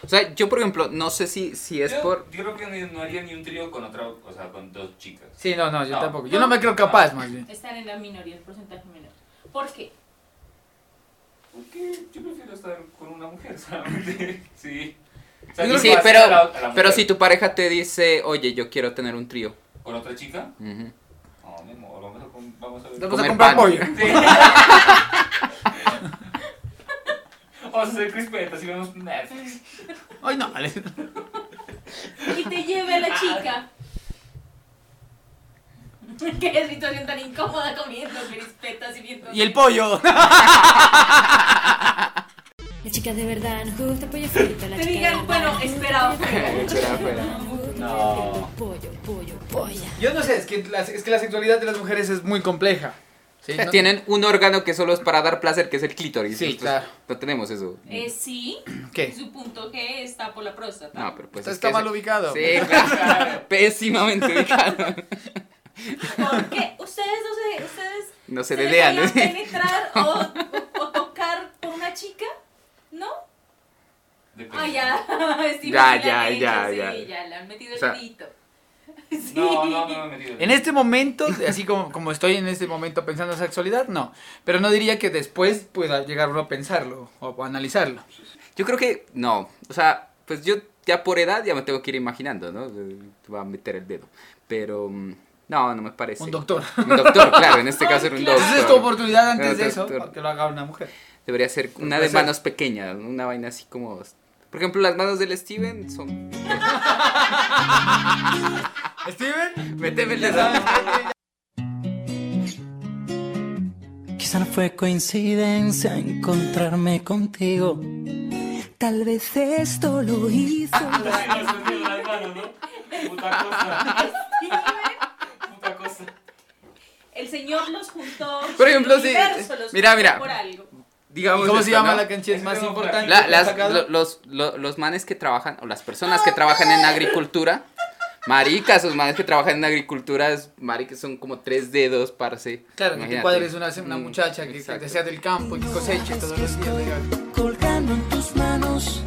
S4: o sea, yo por ejemplo, no sé si si es
S3: yo,
S4: por
S3: yo creo que ni- no haría ni un trío con otra, o sea, con dos chicas.
S2: Sí, no, no, yo
S3: No.
S2: tampoco. Yo no me creo capaz, más bien.
S1: Están en la minoría, el porcentaje menor. ¿Por qué?
S3: Porque yo prefiero estar con una mujer solamente. sí. O sea,
S4: Sí,
S3: yo
S4: sí,
S3: puedo
S4: pero
S3: hacer a la- a la
S4: pero
S3: mujer.
S4: si tu pareja te dice, "Oye, yo quiero tener un trío."
S3: ¿Con otra chica?
S4: Ujú.
S3: No, mi amor, vamos a, com- vamos a ver.
S2: Vamos a
S4: Comer
S2: comprar
S4: pan.
S2: pollo.
S3: Vamos a hacer crispetas y vemos Netflix.
S2: Ay, no, vale.
S1: y te lleve a la chica. Qué situación tan incómoda comiendo crispetas y viendo.
S2: Y el pollo.
S11: Las chicas de verdad nos gusta pollo frito. Las
S1: Te
S11: chicas
S1: digan,
S11: de verdad
S1: bueno,
S11: nos gusta
S1: espera,
S11: pollo
S1: espera.
S11: frito,
S4: Espera, espera.
S11: nos gusta
S3: No.
S11: pollo frito, Pollo, pollo, polla.
S2: Yo no sé, es que la, es que la sexualidad de las mujeres es muy compleja. Sí, ¿no?
S4: Tienen un órgano que solo es para dar placer, que es el clítoris.
S2: Sí,
S4: Nosotros
S2: claro.
S4: No tenemos eso.
S1: Eh, sí,
S2: ¿Qué?
S1: su punto que está por la próstata.
S4: No, pero pues
S2: Está-
S4: es
S2: está
S4: que
S2: mal
S4: eso-
S2: ubicado.
S4: Sí, claro. pésimamente ubicado.
S1: ¿Por qué? Ustedes no se, ustedes
S4: No se ¿eh? dedean,
S1: dejan
S4: ¿no?
S1: penetrar o, o- o tocar por una chica, ¿no?
S3: Depende.
S1: Ah, ya. Steven sí
S4: Ya,
S1: la han
S4: ya,
S1: hecho,
S4: ya,
S1: sí,
S4: ya.
S1: ya, le han metido
S4: O sea,
S1: el dedito. Sí.
S3: No, no, no me he metido.
S2: En este momento, así como, como estoy en este momento pensando en sexualidad, no. Pero no diría que después pueda llegar uno a pensarlo o a analizarlo.
S4: Yo creo que no, o sea, pues yo ya por edad ya me tengo que ir imaginando, ¿no? Te va a meter el dedo, pero mm, no, no me parece.
S2: Un doctor.
S4: Un doctor, claro, en este caso era un
S1: Claro.
S2: Entonces es tu
S4: doctor.
S2: oportunidad antes
S4: No,
S2: de eso
S4: doctor.
S2: para que lo haga una mujer.
S4: Debería ser una
S2: Puede
S4: de
S2: ser.
S4: manos pequeña, una vaina así como... Por ejemplo, las manos del Steven son...
S2: Steven,
S4: Méteme el
S2: ya
S4: dedo.
S2: sabes,
S5: Quizá no fue coincidencia encontrarme contigo. Tal vez esto lo hizo.
S3: Ay, no, se me dio las manos, ¿no? Puta cosa. Puta cosa.
S1: El Señor los juntó.
S4: Por ejemplo,
S1: el
S4: sí,
S1: universo los
S4: mira,
S1: juntó
S4: mira.
S1: Por algo.
S4: Digamos
S2: ¿Cómo se
S4: esto,
S2: llama
S4: ¿no? Este
S2: la canción
S3: Ese
S2: más
S3: tengo por
S2: importante?
S4: La-
S2: que
S4: las-
S2: has sacado?
S4: lo- los, lo- los manes que trabajan, o las personas que trabajan en agricultura, maricas, los manes que trabajan en agricultura, es- maricas son como tres dedos, parce.
S2: Claro, que tu
S4: Imagínate.
S2: padre es una, una
S4: Mm,
S2: muchacha que, que
S4: exacto.
S2: desea del campo y que coseche todos los días. digamos.
S5: colgando en tus manos.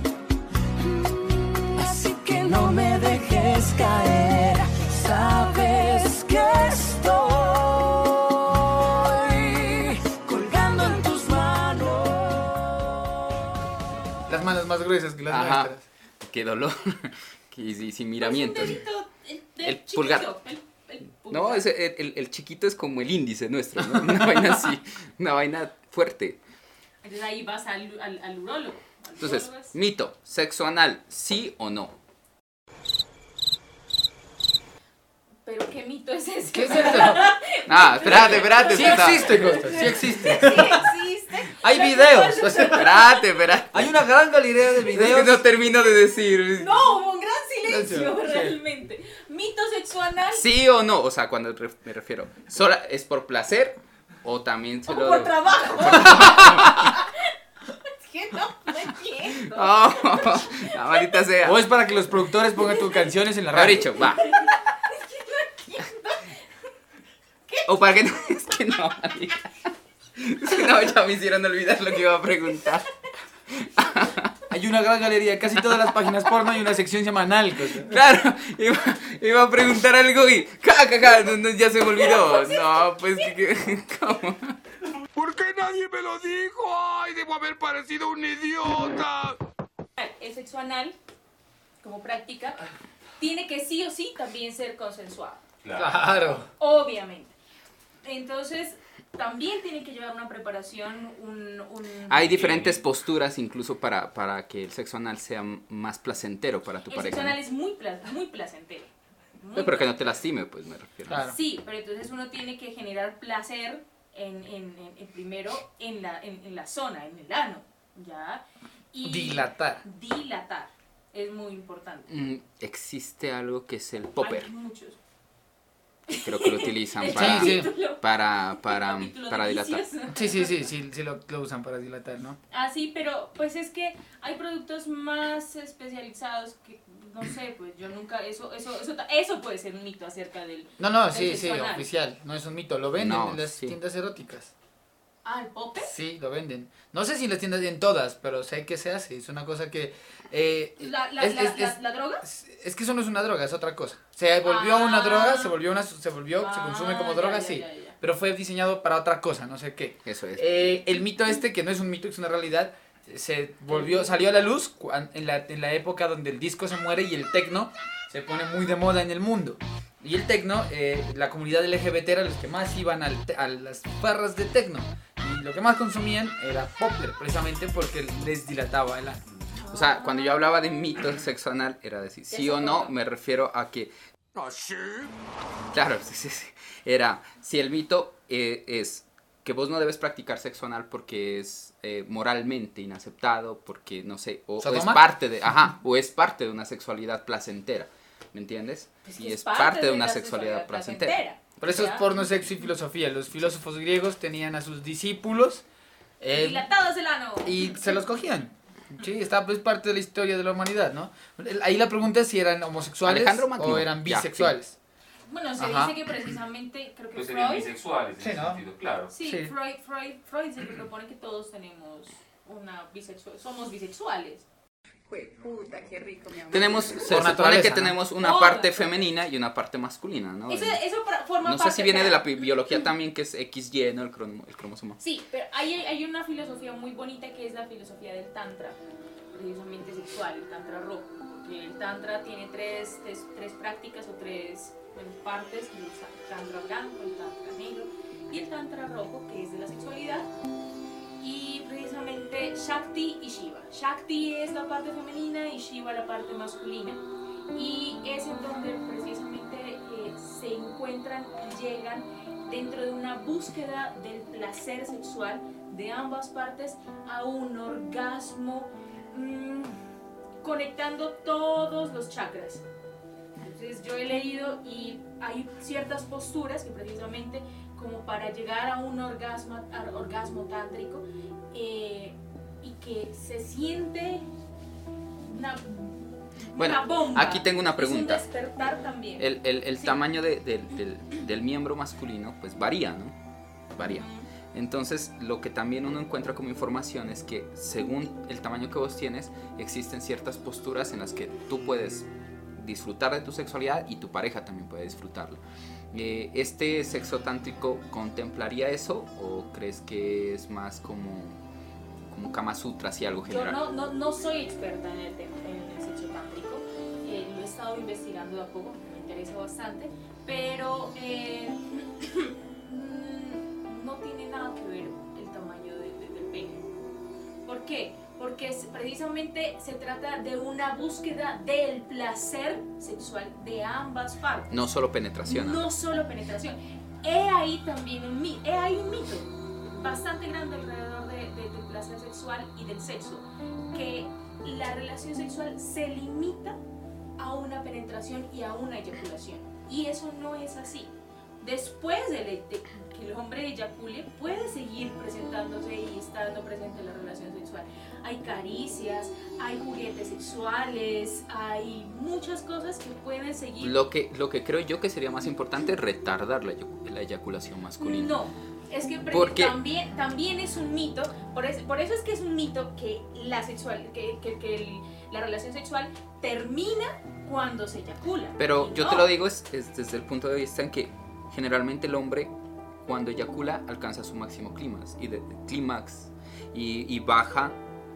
S5: Así que no me dejes caer. Sabes que estoy colgando en tus manos.
S2: Las manos más gruesas que las
S4: Ajá.
S2: nuestras.
S4: Qué dolor. y sin, sin miramientos.
S1: Pues un dedito, el, del
S4: El
S1: chiquito,
S4: pulgar.
S1: el- el pulgar.
S4: No, ese- el, el- el chiquito es como el índice nuestro, ¿no? Una vaina así, una vaina fuerte.
S1: Entonces ahí vas al, al, al urólogo. al
S4: Entonces,
S1: urólogo es-
S4: mito, sexo anal, sí o no.
S1: pero ¿qué mito es ese?
S2: ¿Qué es esto?
S4: Ah, espérate, espérate.
S2: Sí
S4: espérate.
S2: existe, Costa, sí existe.
S1: Sí existe.
S2: Hay
S1: Lo que
S2: videos.
S1: pasa-
S4: Espérate, espérate.
S2: Hay una gran galería de
S4: Es que
S2: videos.
S4: no termino de decir.
S1: No, hubo un gran silencio
S2: Sí.
S1: realmente. Mito sexual anal
S4: Sí o no, o sea, cuando re- me refiero, ¿sola es por placer o también se
S1: o
S4: lo
S1: por trabajo. Es que no, no entiendo.
S4: Oh, la maldita sea.
S2: O es para que los productores pongan tus canciones en la
S4: Mejor
S2: radio.
S4: dicho, va. O para que no, es que no, maldita. Es que no, ya me hicieron olvidar lo que iba a preguntar.
S2: Hay una gran galería, casi todas las páginas porno hay una sección semanal. Costa.
S4: Claro, iba, iba a preguntar algo y ja, ja, ja, no, no, ya se me olvidó. No, pues que- que- ¿cómo?
S8: ¿Por qué nadie me lo dijo? ¡Ay, debo haber parecido un idiota!
S1: El sexo anal, como práctica, tiene que sí o sí también ser consensuado.
S3: Claro.
S2: Claro.
S1: Obviamente. Entonces, también tiene que llevar una preparación, un... un-
S4: Hay diferentes posturas incluso para, para que el sexo anal sea m- más placentero para tu
S1: el
S4: pareja.
S1: sexo
S4: ¿no?
S1: anal es muy, pla- muy placentero. Muy
S4: No, pero que no te lastime, pues me refiero.
S2: Claro.
S1: Sí, pero entonces uno tiene que generar placer en, en- en- en primero en la, en, en la zona, en el ano, ¿ya? Y
S2: Dilatar.
S1: Dilatar es muy importante.
S4: Mm, Existe algo que es el popper.
S1: Hay muchos.
S4: que Creo que lo utilizan
S1: El
S4: para,
S2: sí.
S1: capítulo-
S4: para, para,
S1: el capítulo
S4: para
S1: de
S4: dilatar.
S1: vicios.
S2: Sí, sí, sí, sí, sí lo, lo usan para dilatar, ¿no?
S1: Ah, sí, pero pues es que hay productos más especializados que, no sé, pues yo nunca, eso, eso, eso, ta- eso puede ser un mito acerca del,
S2: No, no,
S1: El
S2: sí, sí,
S1: sexo anal.
S2: oficial. No es un mito. Lo venden
S4: No,
S2: en las
S4: sí.
S2: tiendas eróticas.
S1: ah, el pope.
S2: Sí, lo venden. No sé si en las tiendas en todas, pero sé que se hace. Es una cosa que. eh,
S1: La, la,
S2: es,
S1: la,
S2: es-
S1: la-
S2: es-
S1: la droga.
S2: es que eso no es una droga, es otra cosa. Se volvió una
S1: Ah.
S2: droga, se volvió una. Se volvió, se consume como
S1: Ah,
S2: droga,
S1: ya, ya,
S2: sí.
S1: ya, ya.
S2: Pero fue diseñado para otra cosa, no sé qué.
S4: Eso es.
S2: Eh, el mito este, que no es un mito, es una realidad, se volvió, salió a la luz cuan- en la, en la época donde el disco se muere y el tecno se pone muy de moda en el mundo. Y el tecno, eh, la comunidad LGBT era los que más iban al te- a las barras de tecno. Y lo que más consumían era Poplar, precisamente porque les dilataba el ano.
S4: O sea, cuando yo hablaba de mito sexo anal, era decir sí o no, me refiero a que. Claro, sí, sí, sí. Era, si el mito eh, es que vos no debes practicar sexo anal porque es eh, moralmente inaceptado, porque no sé, o, o es
S2: ¿Sodoma?
S4: parte de, ajá, o es parte de una sexualidad placentera, ¿me entiendes?
S1: Pues que
S4: y es parte de una
S1: la
S4: sexualidad placentera.
S2: Por eso es
S1: ¿Ya?
S2: porno, sexo y filosofía. Los filósofos griegos tenían a sus discípulos eh,
S1: Dilatados el ano.
S2: y se los cogían. Sí, está pues parte de la historia de la humanidad, ¿no? El- Ahí la pregunta es si eran homosexuales
S4: Alejandro Magno.
S2: o eran
S4: Ya,
S2: bisexuales.
S1: Bueno, se
S2: Ajá.
S1: dice que precisamente, creo que
S3: Pues serían
S1: Freud.
S3: bisexuales en
S2: Sí,
S3: ese
S2: ¿no?
S3: sentido, claro.
S1: Sí,
S2: Sí.
S1: Freud, Freud, Freud se propone que todos tenemos una bisexual, somos bisexuales.
S9: puta, qué rico, mi amor.
S4: Tenemos, se supone
S2: naturaleza,
S4: que
S2: ¿no?
S4: tenemos una
S1: Por-
S4: parte femenina y una parte masculina, ¿no?
S1: Eso, eso pra- forma
S4: no
S1: parte
S4: sé si viene de la
S1: pero-
S4: pi- biología también, que es XY, ¿no? El, cromo- el cromosoma.
S1: Sí, pero hay, hay una filosofía muy bonita que es la filosofía del tantra, precisamente sexual, el tantra rojo. Porque el tantra tiene tres, tres, tres prácticas o tres bueno, partes, el sa- tantra blanco, el tantra negro y el tantra rojo, que es de la sexualidad. Y precisamente Shakti y Shiva. Shakti es la parte femenina y Shiva la parte masculina. Y es en donde precisamente eh, se encuentran y llegan dentro de una búsqueda del placer sexual de ambas partes a un orgasmo mm, conectando todos los chakras. Entonces yo he leído y hay ciertas posturas que precisamente como para llegar a un orgasmo, al orgasmo tántrico eh, y que se siente una,
S4: Bueno,
S1: una bomba.
S4: aquí tengo una pregunta.
S1: Ah, Es un despertar también.
S4: El, el- el
S1: Sí.
S4: tamaño de- del- del, del miembro masculino, pues varía, ¿no? Varía. Entonces, lo que también uno encuentra como información es que según el tamaño que vos tienes, existen ciertas posturas en las que tú puedes disfrutar de tu sexualidad y tu pareja también puede disfrutarlo. Eh, ¿Este sexo tántrico contemplaría eso o crees que es más como, como Kama Sutras y algo
S1: Yo
S4: general?
S1: no, no, no soy experta en el tema, en el sexo tántrico, eh, lo he estado investigando de a poco, me interesa bastante, pero eh, mm, no tiene nada que ver el tamaño de- de- del pene. ¿Por qué? porque es- precisamente se trata de una búsqueda del placer sexual de ambas partes.
S4: No solo penetración.
S1: No solo penetración. He ahí también un, mi- he ahí un mito bastante grande alrededor de- de- del placer sexual y del sexo, que la relación sexual se limita a una penetración y a una eyaculación. Y eso no es así. Después del- de, que el hombre eyacule, puede seguir presentándose y estando presente en la relación sexual. Hay caricias, hay juguetes sexuales, hay muchas cosas que pueden seguir.
S4: Lo que, lo que creo yo que sería más importante es retardar la, eyacu- la eyaculación masculina.
S1: No, es que pre-
S4: Porque-
S1: también, también es un mito, por, es- por eso es que es un mito que la, sexual, que, que- que el- la relación sexual termina cuando se eyacula.
S4: Pero
S1: Y
S4: yo
S1: no.
S4: te lo digo es, es desde el punto de vista en que generalmente el hombre cuando eyacula alcanza su máximo clímax y, de- clímax y, y baja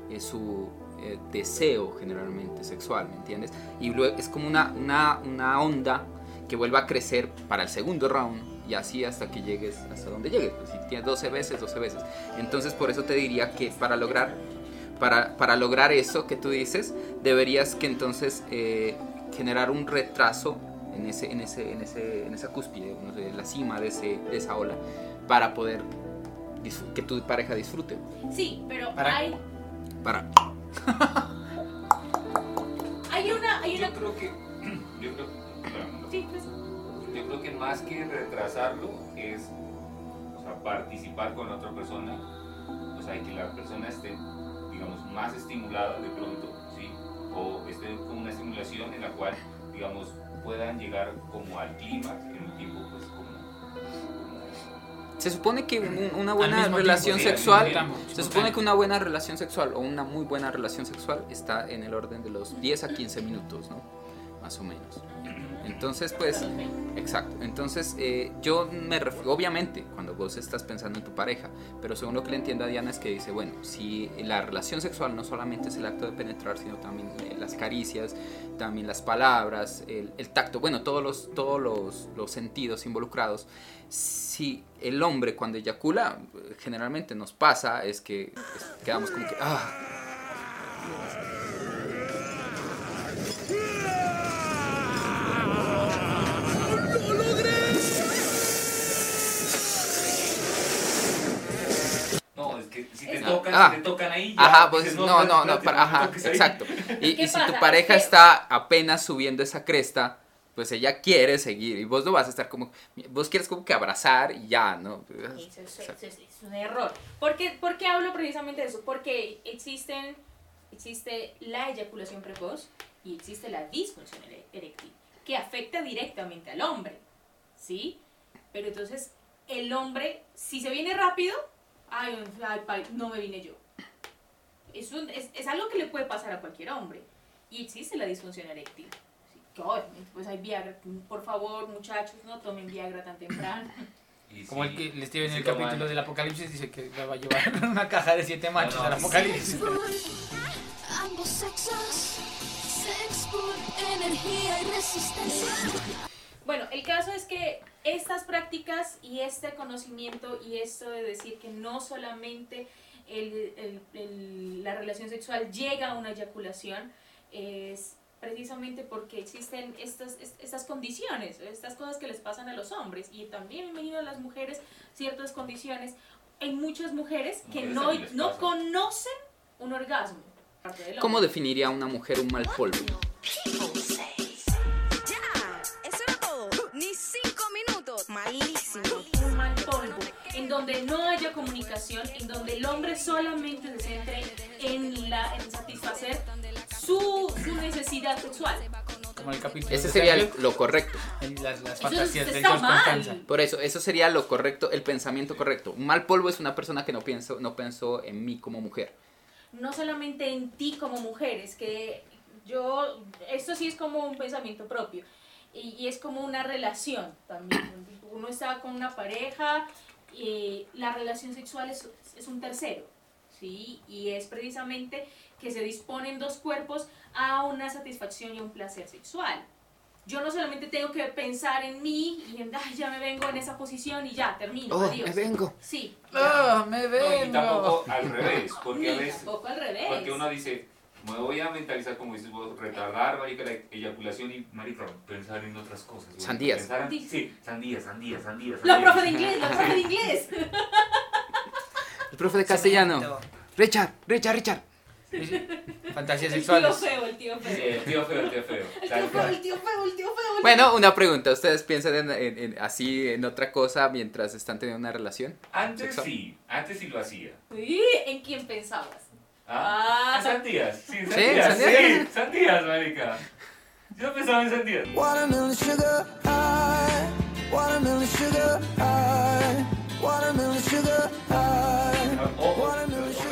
S4: eh, su eh, deseo generalmente sexual, ¿me entiendes? Y luego es como una, una, una onda que vuelve a crecer para el segundo round y así hasta que llegues hasta donde llegues. Pues si tienes 12 veces, 12 veces. Entonces por eso te diría que para lograr para, para lograr eso que tú dices, deberías que entonces eh, generar un retraso en, ese, en, ese, en, ese, en esa cúspide, no sé, en la cima de, ese, de esa ola, para poder disfr- que tu pareja disfrute.
S1: Sí, pero
S4: Para-
S1: hay,
S4: Para.
S1: hay una... Hay una...
S3: creo que... Yo creo, perdón, no.
S1: Sí, pues,
S3: yo creo que más que retrasarlo es o sea, participar con otra persona, o sea, que la persona esté, digamos, más estimulada de pronto, ¿sí? O esté con una estimulación en la cual, digamos, puedan llegar como al clímax en un tiempo, pues,
S4: Se supone que un- una
S2: Al
S4: buena
S2: mismo
S4: relación
S2: tiempo, sí,
S4: sexual,
S2: al mismo tiempo.
S4: se supone que una buena relación sexual o una muy buena relación sexual está en el orden de los 10 a 15 minutos, ¿no? Más o menos. Entonces, pues, exacto. Entonces, eh, yo me refiero, obviamente, cuando vos estás pensando en tu pareja, pero según lo que le entiendo a Diana es que dice, bueno, si la relación sexual no solamente es el acto de penetrar, sino también eh, las caricias, también las palabras, el, el tacto, bueno, todos los, todos los, los sentidos involucrados. Si el hombre cuando eyacula, eh, generalmente nos pasa, es que es- quedamos como que, ah,
S3: No, es que si te
S4: Eso.
S3: tocan,
S4: Ah.
S3: si te tocan ahí, ya,
S4: ajá, pues
S3: dices,
S4: no, no,
S3: espérate,
S4: no,
S3: espérate,
S4: para,
S3: me
S4: ajá,
S3: toques ahí.
S4: exacto. Y,
S1: ¿Qué
S4: y si
S1: pasa?
S4: tu
S1: Es
S4: pareja
S1: que-
S4: está apenas subiendo esa cresta, pues ella quiere seguir y vos no vas a estar como, vos quieres como que abrazar y ya, ¿no?
S1: Eso es, eso es- es un error. ¿Por qué, por qué hablo precisamente de eso? Porque existen, existe la eyaculación precoz y existe la disfunción ere- eréctil, que afecta directamente al hombre, ¿sí? Pero entonces, el hombre, si se viene rápido, ay, ay, pa- no me vine yo. Es, un- es, es algo que le puede pasar a cualquier hombre. Y existe la disfunción eréctil. ¿sí? Que obviamente, pues hay Viagra. Por favor, muchachos, no tomen Viagra tan temprano.
S2: Como el que les tiene en
S3: sí
S2: el
S3: toman.
S2: capítulo del Apocalipsis, dice que la va a llevar en una caja de siete machos al Apocalipsis.
S12: Ambos sexos, sexo, energía y resistencia.
S1: Bueno, el caso es que estas prácticas y este conocimiento y esto de decir que no solamente el- el- el- la relación sexual llega a una eyaculación es precisamente porque existen estas, es- estas condiciones, estas cosas que les pasan a los hombres y también me imagino a las mujeres ciertas condiciones. Hay muchas mujeres que
S4: Mujeres
S1: no,
S4: también les
S1: no
S4: pasa.
S1: conocen un orgasmo. aparte del
S4: ¿Cómo
S1: hombre.
S4: definiría una mujer un mal polvo?
S9: ¡Ya! Eso era todo. Ni cinco minutos. Malísimo.
S1: un mal polvo, en donde no haya comunicación, en donde el hombre solamente se centre en, la, en satisfacer su, su necesidad sexual.
S2: Como el capítulo
S4: Ese
S2: de
S4: sería el-
S2: Sergio,
S4: lo correcto.
S2: en las, las
S1: Eso
S2: fantasías de
S1: está
S2: George
S1: mal.
S2: Constanza.
S4: Por eso, eso sería lo correcto, el pensamiento correcto. Un mal polvo es una persona que no pienso, no pensó en mí como mujer.
S1: No solamente en ti como mujeres, que yo, esto sí es como un pensamiento propio y, y es como una relación también. Uno está con una pareja y la relación sexual es, es un tercero, ¿sí? Y es precisamente que se disponen dos cuerpos a una satisfacción y un placer sexual. Yo no solamente tengo que pensar en mí y en, "Ay, ya me vengo en esa posición y ya, termino,
S2: Oh,
S1: adiós".
S2: me vengo.
S1: Sí.
S2: Ah, me
S3: No, y
S2: vengo.
S3: tampoco al revés. revés, porque a
S1: Ni
S3: veces,
S1: tampoco al revés.
S3: porque uno dice, me voy a mentalizar como dices vos, retardar, marica, la eyaculación y, marica, pensar en otras cosas. güey.
S4: Sandías.
S3: Pensar en- sí, sandías, sandías, sandías.
S1: Lo
S3: sandías.
S1: profe de inglés, lo profe de inglés.
S4: El profe de castellano. Richard, Richard, Richard.
S2: Fantasías
S1: El tío feo, el tío
S3: Sí, el
S1: feo.
S3: tío feo, el tío feo.
S1: El
S3: Tal
S1: tío feo,
S3: cual.
S1: el tío feo, el tío feo. el
S4: Bueno,
S1: tío-
S4: una pregunta. ¿Ustedes piensan en, en- en- así en otra cosa mientras están teniendo una relación?
S3: Antes
S4: Sexual.
S3: sí, antes sí lo hacía.
S1: Sí, ¿en quién pensabas?
S3: Ah,
S1: Ah.
S3: en sandías, sí, en
S4: Sí,
S3: sandías,
S4: sandías.
S3: sí, sandías, marica. Yo pensaba en sandías.
S5: Uh. Watermelon sugar high, watermelon sugar high, watermelon sugar high.
S3: Ah, O, o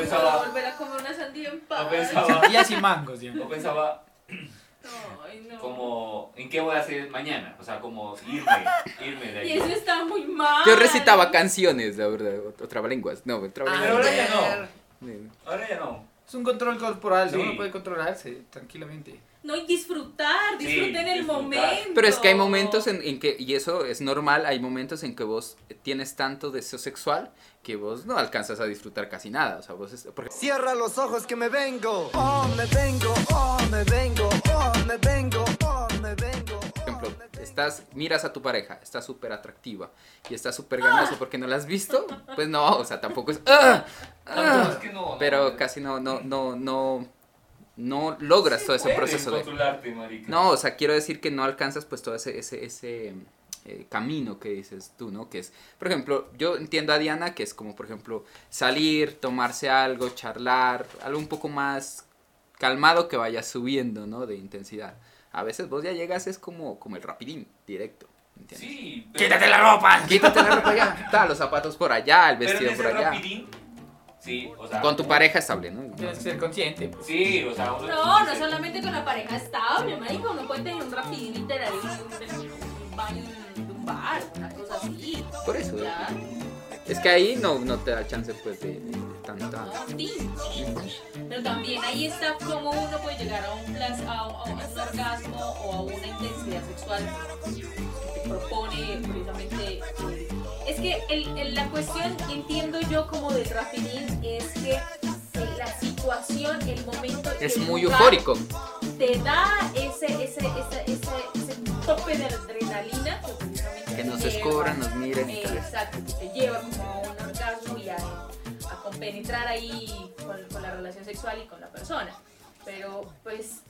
S1: Para
S3: pensaba,
S1: volver a comer una sandía en
S3: o
S1: paz.
S3: Ah. pensaba,
S2: Sandías y mangos, ya.
S3: o pensaba,
S1: Ay, no.
S3: como en qué voy a hacer mañana, o sea, como irme, irme de
S1: Y
S3: aquí.
S1: eso está muy mal.
S4: Yo recitaba canciones, la verdad, o, o trabalenguas. No,
S3: Pero
S4: trabalenguas.
S3: ahora ya no,
S4: no.
S3: ahora ya no.
S2: Es un control corporal,
S3: Sí.
S2: uno puede controlarse tranquilamente.
S1: No, y disfrutar,
S3: Sí,
S1: disfruten el
S3: disfrutar.
S1: momento.
S4: Pero es que hay momentos en, en que, y eso es normal, hay momentos en que vos tienes tanto deseo sexual que vos no alcanzas a disfrutar casi nada. O sea, vos es, porque
S5: Cierra los ojos que me vengo. Oh, me vengo, oh, me vengo, oh, me vengo, oh, me vengo.
S4: Por ejemplo, estás, miras a tu pareja, está súper atractiva y está súper ganoso porque no la has visto, pues no, o sea, tampoco es... ¡ah!
S3: No,
S4: ¡ah!
S3: es que no, no,
S4: Pero
S3: no,
S4: casi no, no, no, no, no logras todo ese
S3: puedes
S4: proceso de...
S3: controlarte, marica.
S4: No, o sea, quiero decir que no alcanzas pues todo ese, ese, ese eh, camino que dices tú, ¿no? Que es, por ejemplo, yo entiendo a Diana que es como, por ejemplo, salir, tomarse algo, charlar, algo un poco más calmado que vaya subiendo, ¿no? De intensidad. A veces vos ya llegas, es como, como el rapidín, directo. ¿entiendes? Ah,
S3: Sí, pero-
S2: ¡Quítate la ropa!
S4: Quítate la ropa allá, ta, los zapatos por allá, el
S3: Pero en
S4: vestido
S3: ese
S4: por allá.
S3: rapidín, sí, o sea,
S4: Con tu pareja estable, ¿no?
S2: Tienes que ser consciente. pues.
S3: Sí, o sea, uno
S1: No, no
S3: dice,
S1: solamente con la pareja estable, marico. Uno puede tener un rapidín literario en un baño de un bar, una cosa así.
S4: Por eso.
S1: Ya,
S4: Es que ahí no, no te da chance pues de, de- de tanta...
S1: no, sí. Pero también ahí está cómo uno puede llegar a un, plas- a, a un orgasmo o a una intensidad sexual que te propone precisamente. eh, Es que el- el- la cuestión, entiendo yo como del rapidín, es que eh, la situación, el momento. y
S4: Es
S1: el
S4: muy
S1: lugar
S4: eufórico.
S1: Te da ese, ese, ese, ese, ese tope de adrenalina que precisamente
S4: Que
S1: te
S4: nos
S1: lleva,
S4: descubran, nos miren y
S1: eh,
S4: tal.
S1: Exacto, que te lleva como a un orgasmo y a, a compenetrar ahí con, con la relación sexual y con la persona. Pero pues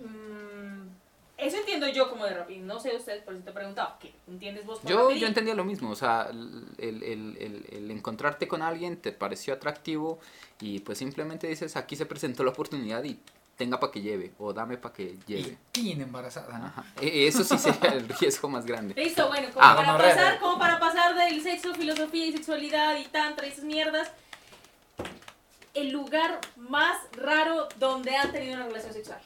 S1: mm, eso entiendo yo como de rapid. No sé ustedes, por eso te preguntaba, ¿qué entiendes vos por
S4: Yo,
S1: rapidín?
S4: yo entendía lo mismo, o sea, el, el- el- el- el encontrarte con alguien te pareció atractivo y pues simplemente dices, aquí se presentó la oportunidad y tenga para que lleve o dame para que lleve.
S2: Tin embarazada, ¿no?
S4: Ajá. E- Eso sí sería el riesgo más grande.
S1: Listo, bueno, como,
S4: Ah,
S1: para
S2: gonorrea.
S1: pasar, como para pasar del sexo, filosofía y sexualidad y tantra y esas mierdas, el lugar más raro donde han tenido una relación sexual.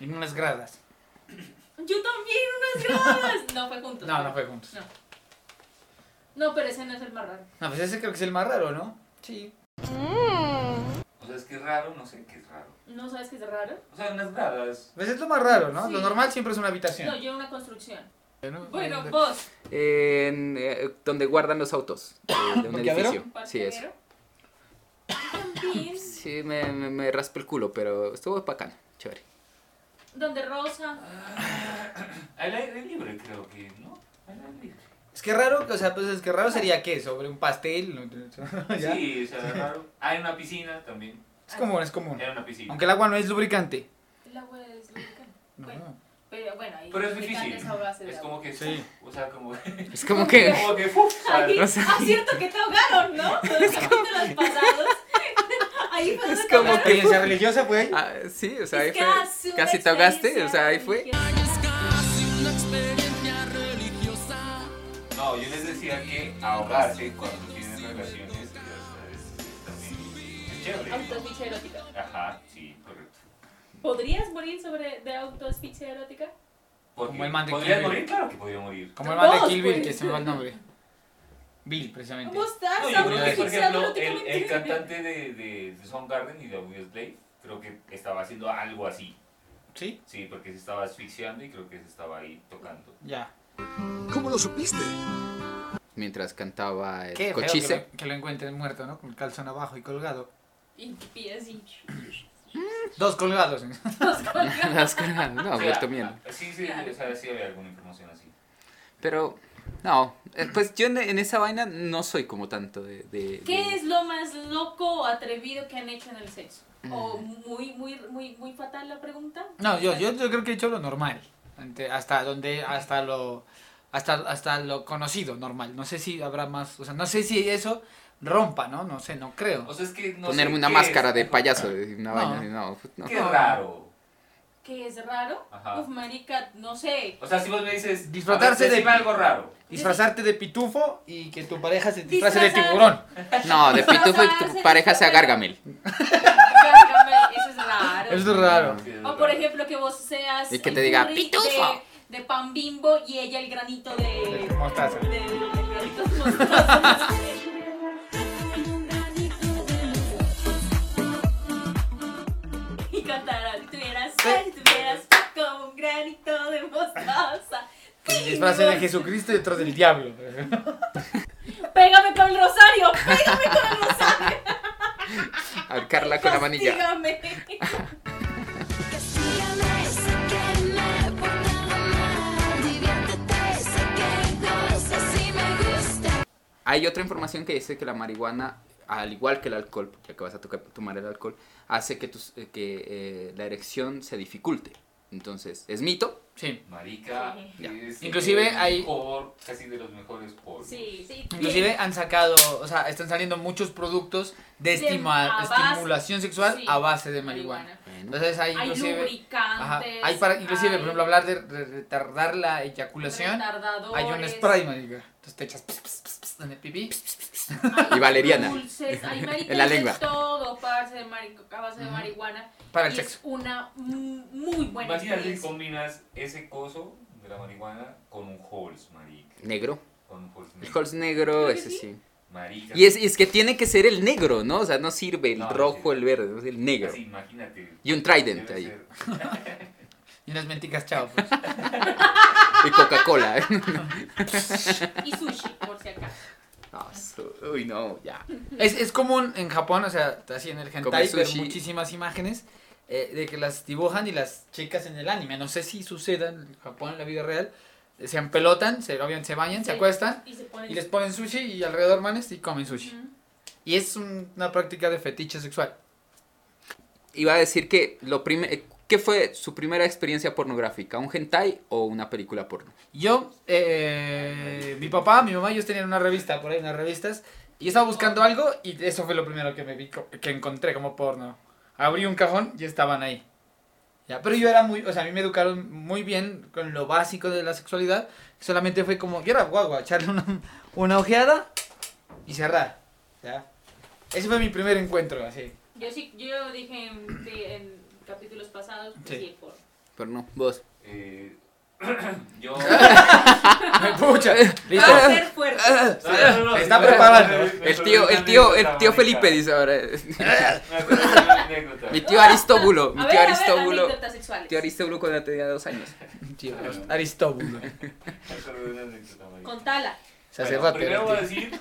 S2: En unas gradas.
S1: Yo también, unas gradas. No fue juntos.
S2: No, no fue juntos.
S1: No. No, pero ese no es el más raro.
S2: No, pues ese creo que es el más raro, ¿no? Sí.
S3: O sea, es que es raro, no sé qué es raro.
S1: ¿No sabes qué es raro?
S3: O sea, unas gradas.
S2: Pues es lo más raro, ¿no?
S1: Sí.
S2: Lo normal siempre es una
S1: No,
S2: habitación.
S1: yo en una construcción.
S2: Bueno,
S1: Bueno, pues- vos,
S4: En, eh, donde guardan los autos eh, de un
S2: ¿Parqueadero?
S4: edificio. Sí, eso.
S1: parqueadero. También,
S4: Sí, me, me, me raspé el culo, pero estuvo bacano, chévere.
S1: donde Rosa.
S3: Al aire libre creo que, ¿no? Al aire libre.
S2: Es que raro, o sea, pues es que raro sería que sobre un pastel. ¿no? Ya.
S3: Sí, o sea, es raro. Ah, en una piscina también.
S2: Es común, es común.
S3: Era una piscina.
S2: Aunque el agua no es lubricante.
S1: El agua es lubricante.
S2: No.
S1: Bueno, pero bueno, ahí
S3: Pero es
S1: lubricante
S3: difícil.
S1: a base de
S3: Es
S1: agua.
S3: como que,
S2: Sí.
S3: o sea, como, como
S4: Es como que...
S3: que, uf, o sea,
S1: Ahí,
S4: O sea,
S1: ah, cierto que te ahogaron, ¿no? Los capítulos pasados. Ahí fue donde
S4: Es
S1: te
S4: como
S1: ahogaron.
S4: que...
S2: Experiencia religiosa, güey.
S4: Ah, sí, o sea,
S1: Es
S4: ahí
S1: que
S4: fue...
S1: hace una
S4: Casi te ahogaste, o
S1: experiencia
S4: sea, ahí fue...
S1: religiosa.
S3: No, yo les decía que ahogarse cuando tienen relaciones o sea, es también es chévere.
S1: Autoasfixia erótica.
S3: Ajá, sí, correcto.
S1: ¿Podrías morir sobre de autoasfixia erótica?
S3: Porque
S2: Como el man de
S3: ¿Podría
S2: Kill Bill.
S3: morir? Claro que podría morir.
S2: Como el man de
S1: Vos,
S2: Kill Bill,
S1: pues.
S2: que se me va el nombre. Bill, precisamente.
S1: ¿Cómo estás?
S3: No, yo creo que, por
S1: autoasfixiado
S3: ejemplo, el,
S1: eróticamente?
S3: el cantante de, de, de Soundgarden y de Audioslave creo que estaba haciendo algo así.
S2: ¿Sí?
S3: Sí, porque se estaba asfixiando y creo que se estaba ahí tocando.
S2: Ya.
S8: ¿Cómo lo supiste?
S4: mientras cantaba el
S2: Qué feo que,
S4: cochise.
S2: lo- que lo encuentren muerto, ¿no? Con el calzón abajo y colgado.
S1: Y pies y...
S2: Dos colgados.
S4: Las colgadas, no,
S3: O sea, ah,
S4: muerto bien.
S3: Sí, sí, o sea, sí había alguna información así.
S4: Pero, no, eh, pues yo en, en esa vaina no soy como tanto de... de-
S1: ¿Qué
S4: de-
S1: es lo más loco o atrevido que han hecho en el sexo?
S4: Mm.
S1: O muy, muy, muy, muy fatal la pregunta.
S2: No, yo, yo, yo creo que he hecho lo normal. Ante- Hasta donde, hasta lo, hasta, hasta lo conocido, normal. No sé si habrá más, o sea, no sé si eso rompa, ¿no? No sé, no creo.
S3: O sea, es que no
S4: Ponerme
S3: sé
S4: una
S3: qué
S4: máscara
S3: es.
S4: de payaso, de una
S2: No.
S4: vaina, no, pues no.
S3: Qué raro.
S1: ¿Qué es raro?
S3: Ajá.
S1: Uf, marica, no sé.
S3: O sea, si vos me dices,
S2: Disfrazarse
S3: a ver,
S2: de-
S3: decime algo raro.
S2: Disfrazarte de pitufo y que tu pareja se disfrace de
S1: Disfrazar-
S2: tiburón.
S4: No, de pitufo y
S1: Disfrazarse
S4: tu
S1: de
S4: pareja sea
S1: papel.
S4: Gargamel.
S1: Gargamel, Eso es raro.
S2: Eso es raro.
S1: O por ejemplo que vos seas
S4: Y que
S1: el
S4: te diga,
S1: curry
S4: "Pitufo".
S1: De, de pan bimbo y ella el granito de...
S2: Mostaza.
S1: de- de granitos mostaza. y cantaras, tuvieras sal, tuvieras como un granito de mostaza.
S2: El disfrace de Jesucristo y otro del diablo.
S1: Pégame con el rosario, pégame con el rosario.
S4: Ahorcarla con la manilla.
S1: Dígame.
S12: Sígame, sé que me he portado mal. Diviértete, sé que gozas y me gusta.
S4: Hay otra información que dice que la marihuana, al igual que el alcohol, porque acabas a tocar- tomar el alcohol, hace que, tus- eh, que eh, la erección se dificulte. Entonces, ¿es mito?
S2: Sí.
S3: Marica,
S4: Ya.
S3: es
S2: Inclusive
S3: el
S2: hay-
S3: mejor, casi de los mejores por.
S1: Sí, sí.
S2: Inclusive han sacado, o sea, están saliendo muchos productos
S1: De-
S2: de, estima-
S1: a base-
S2: estimulación sexual
S1: sí,
S2: a base de marihuana. Entonces hay
S1: Hay
S2: inclusive...
S1: lubricantes.
S2: Ajá, hay para, inclusive,
S1: hay
S2: por ejemplo, hablar de re- retardar la eyaculación. Hay un
S1: retardadores.
S2: spray, marica. Entonces te echas pss, pss, pss, pss, en el pipí.
S4: Y valeriana.
S1: Dulces, hay marica,
S4: En la
S1: es
S4: lengua.
S1: todo parce de marico- a base de marihuana.
S2: Para el
S1: y
S2: sexo.
S1: Es una mu- muy buena
S3: Imagínate si
S1: experiencia.
S3: combinas ese coso de la marihuana con un Halls, marica.
S4: Negro.
S3: Con un Halls
S4: El
S3: negro.
S4: Halls negro, ese sí.
S3: Marica.
S4: Y es, es que tiene que ser el negro, ¿no? O sea, no sirve el
S3: No,
S4: rojo, el verde, es el negro.
S3: Así, imagínate.
S4: Y un Trident
S3: Debe
S4: ahí.
S3: ser.
S2: Y unas menticas, chao. pues.
S4: Y Coca-Cola. ¿eh?
S1: Y sushi, por si acaso.
S4: Ah, su- Uy, no, ya.
S2: es, es común en Japón, o sea, así en el hentai, ver
S4: sushi.
S2: muchísimas imágenes eh, de que las dibujan y las chicas en el anime. No sé si suceda en Japón, en la vida real. eh, Se empelotan, se, obviamente se bañan, se
S1: Sí.
S2: acuestan
S1: Y se ponen.
S2: y les ponen sushi y alrededor manes y comen sushi.
S1: Ujú.
S2: Y es un- una práctica de fetiche sexual.
S4: Iba a decir que lo primer ¿Qué fue su primera experiencia pornográfica? ¿Un hentai o una película porno?
S2: Yo, eh, mi papá, mi mamá, ellos tenían una revista, por ahí unas revistas, y yo estaba buscando algo y eso fue lo primero que me vi, co- que encontré como porno. Abrí un cajón y estaban ahí. Ya, pero yo era muy, o sea, a mí me educaron muy bien con lo básico de la sexualidad, solamente fue como, yo era guagua, echarle una, una ojeada y cerrar, ya. Ese fue mi primer encuentro, así.
S1: Yo sí, yo dije en, de- en capítulos pasados que
S2: Sí.
S1: sí, por.
S4: Pero no, vos.
S3: Eh, yo.
S2: ¡Pucha! ¡Listo!
S1: Va a ser fuerte.
S2: Ah.
S3: No, no,
S1: Ah,
S3: no,
S2: Se está
S3: no, no,
S2: preparando.
S3: no, no, no,
S4: El
S3: no,
S4: tío,
S3: no,
S4: el
S3: no,
S4: tío,
S3: no,
S4: el
S3: no,
S4: tío
S3: no,
S4: Felipe
S3: no,
S4: dice ahora. eh,
S3: no, no, no, no, anécdota.
S4: Mi tío Aristóbulo, mi
S1: A
S4: tío
S1: ver, a ver,
S4: Aristóbulo.
S1: anécdotas sexuales.
S4: Tío Aristóbulo cuando tenía dos años.
S2: Tío, Aristóbulo,
S3: Me acordé de una anécdota, marica.
S1: Contala.
S3: Bueno,
S2: sacerdote.
S3: primero voy a decir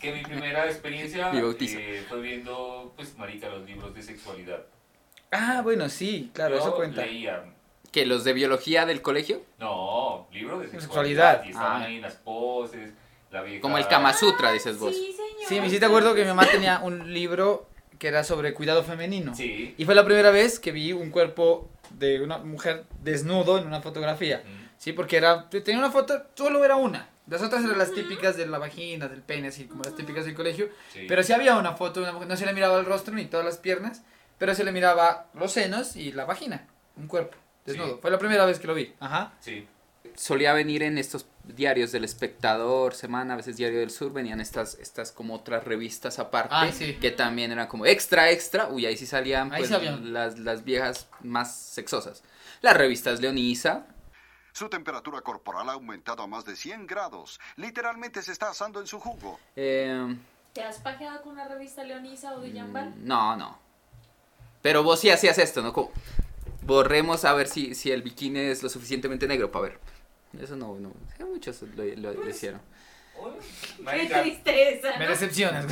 S3: que mi primera experiencia
S4: Mi bautizo.
S3: eh, fue viendo, pues, marica, los libros de sexualidad.
S2: Ah, bueno, sí, claro,
S3: Yo
S2: eso cuenta.
S3: leía,
S4: ¿Que los de biología del colegio?
S3: no, libros de
S2: Sexualidad.
S3: sexualidad. Y estaban
S4: Ah.
S3: ahí las poses, la vieja...
S4: Como el Kama Sutra, dices vos.
S1: Ah. Sí, señor.
S2: Sí, me hiciste acuerdo que mi mamá tenía un libro que era sobre cuidado femenino.
S3: Sí.
S2: Y fue la primera vez que vi un cuerpo de una mujer desnudo en una fotografía.
S3: Mm.
S2: Sí, porque era tenía una foto, solo era una. Las otras eran las típicas de la vagina, del pene, así como las típicas del colegio.
S3: Sí.
S2: Pero sí había una foto de una mujer, no se le miraba el rostro ni todas las piernas, pero se le miraba los senos y la vagina, un cuerpo desnudo.
S3: Sí.
S2: Fue la primera vez que lo vi. Ajá.
S3: Sí.
S4: solía venir en estos diarios del espectador, semana, a veces diario del sur, venían estas, estas como otras revistas aparte,
S2: Ah, sí.
S4: que también eran como extra, extra, uy, ahí sí salían
S2: Ahí
S4: pues,
S2: salían.
S4: Las, las viejas más sexosas. Las revistas Leonisa,
S13: Su temperatura corporal ha aumentado a más de 100 grados. Literalmente se está asando en su jugo.
S4: eh,
S1: ¿Te has pajeado con una revista Leonisa o
S2: Mm,
S1: de Jambal?
S4: no, no. Pero vos sí hacías esto, ¿no? Como, borremos a ver si, si el bikini es lo suficientemente negro para ver. Eso no, no, muchos lo, lo- lo hicieron.
S1: Qué tristeza.
S2: Me
S1: ¿no?
S2: decepcionas.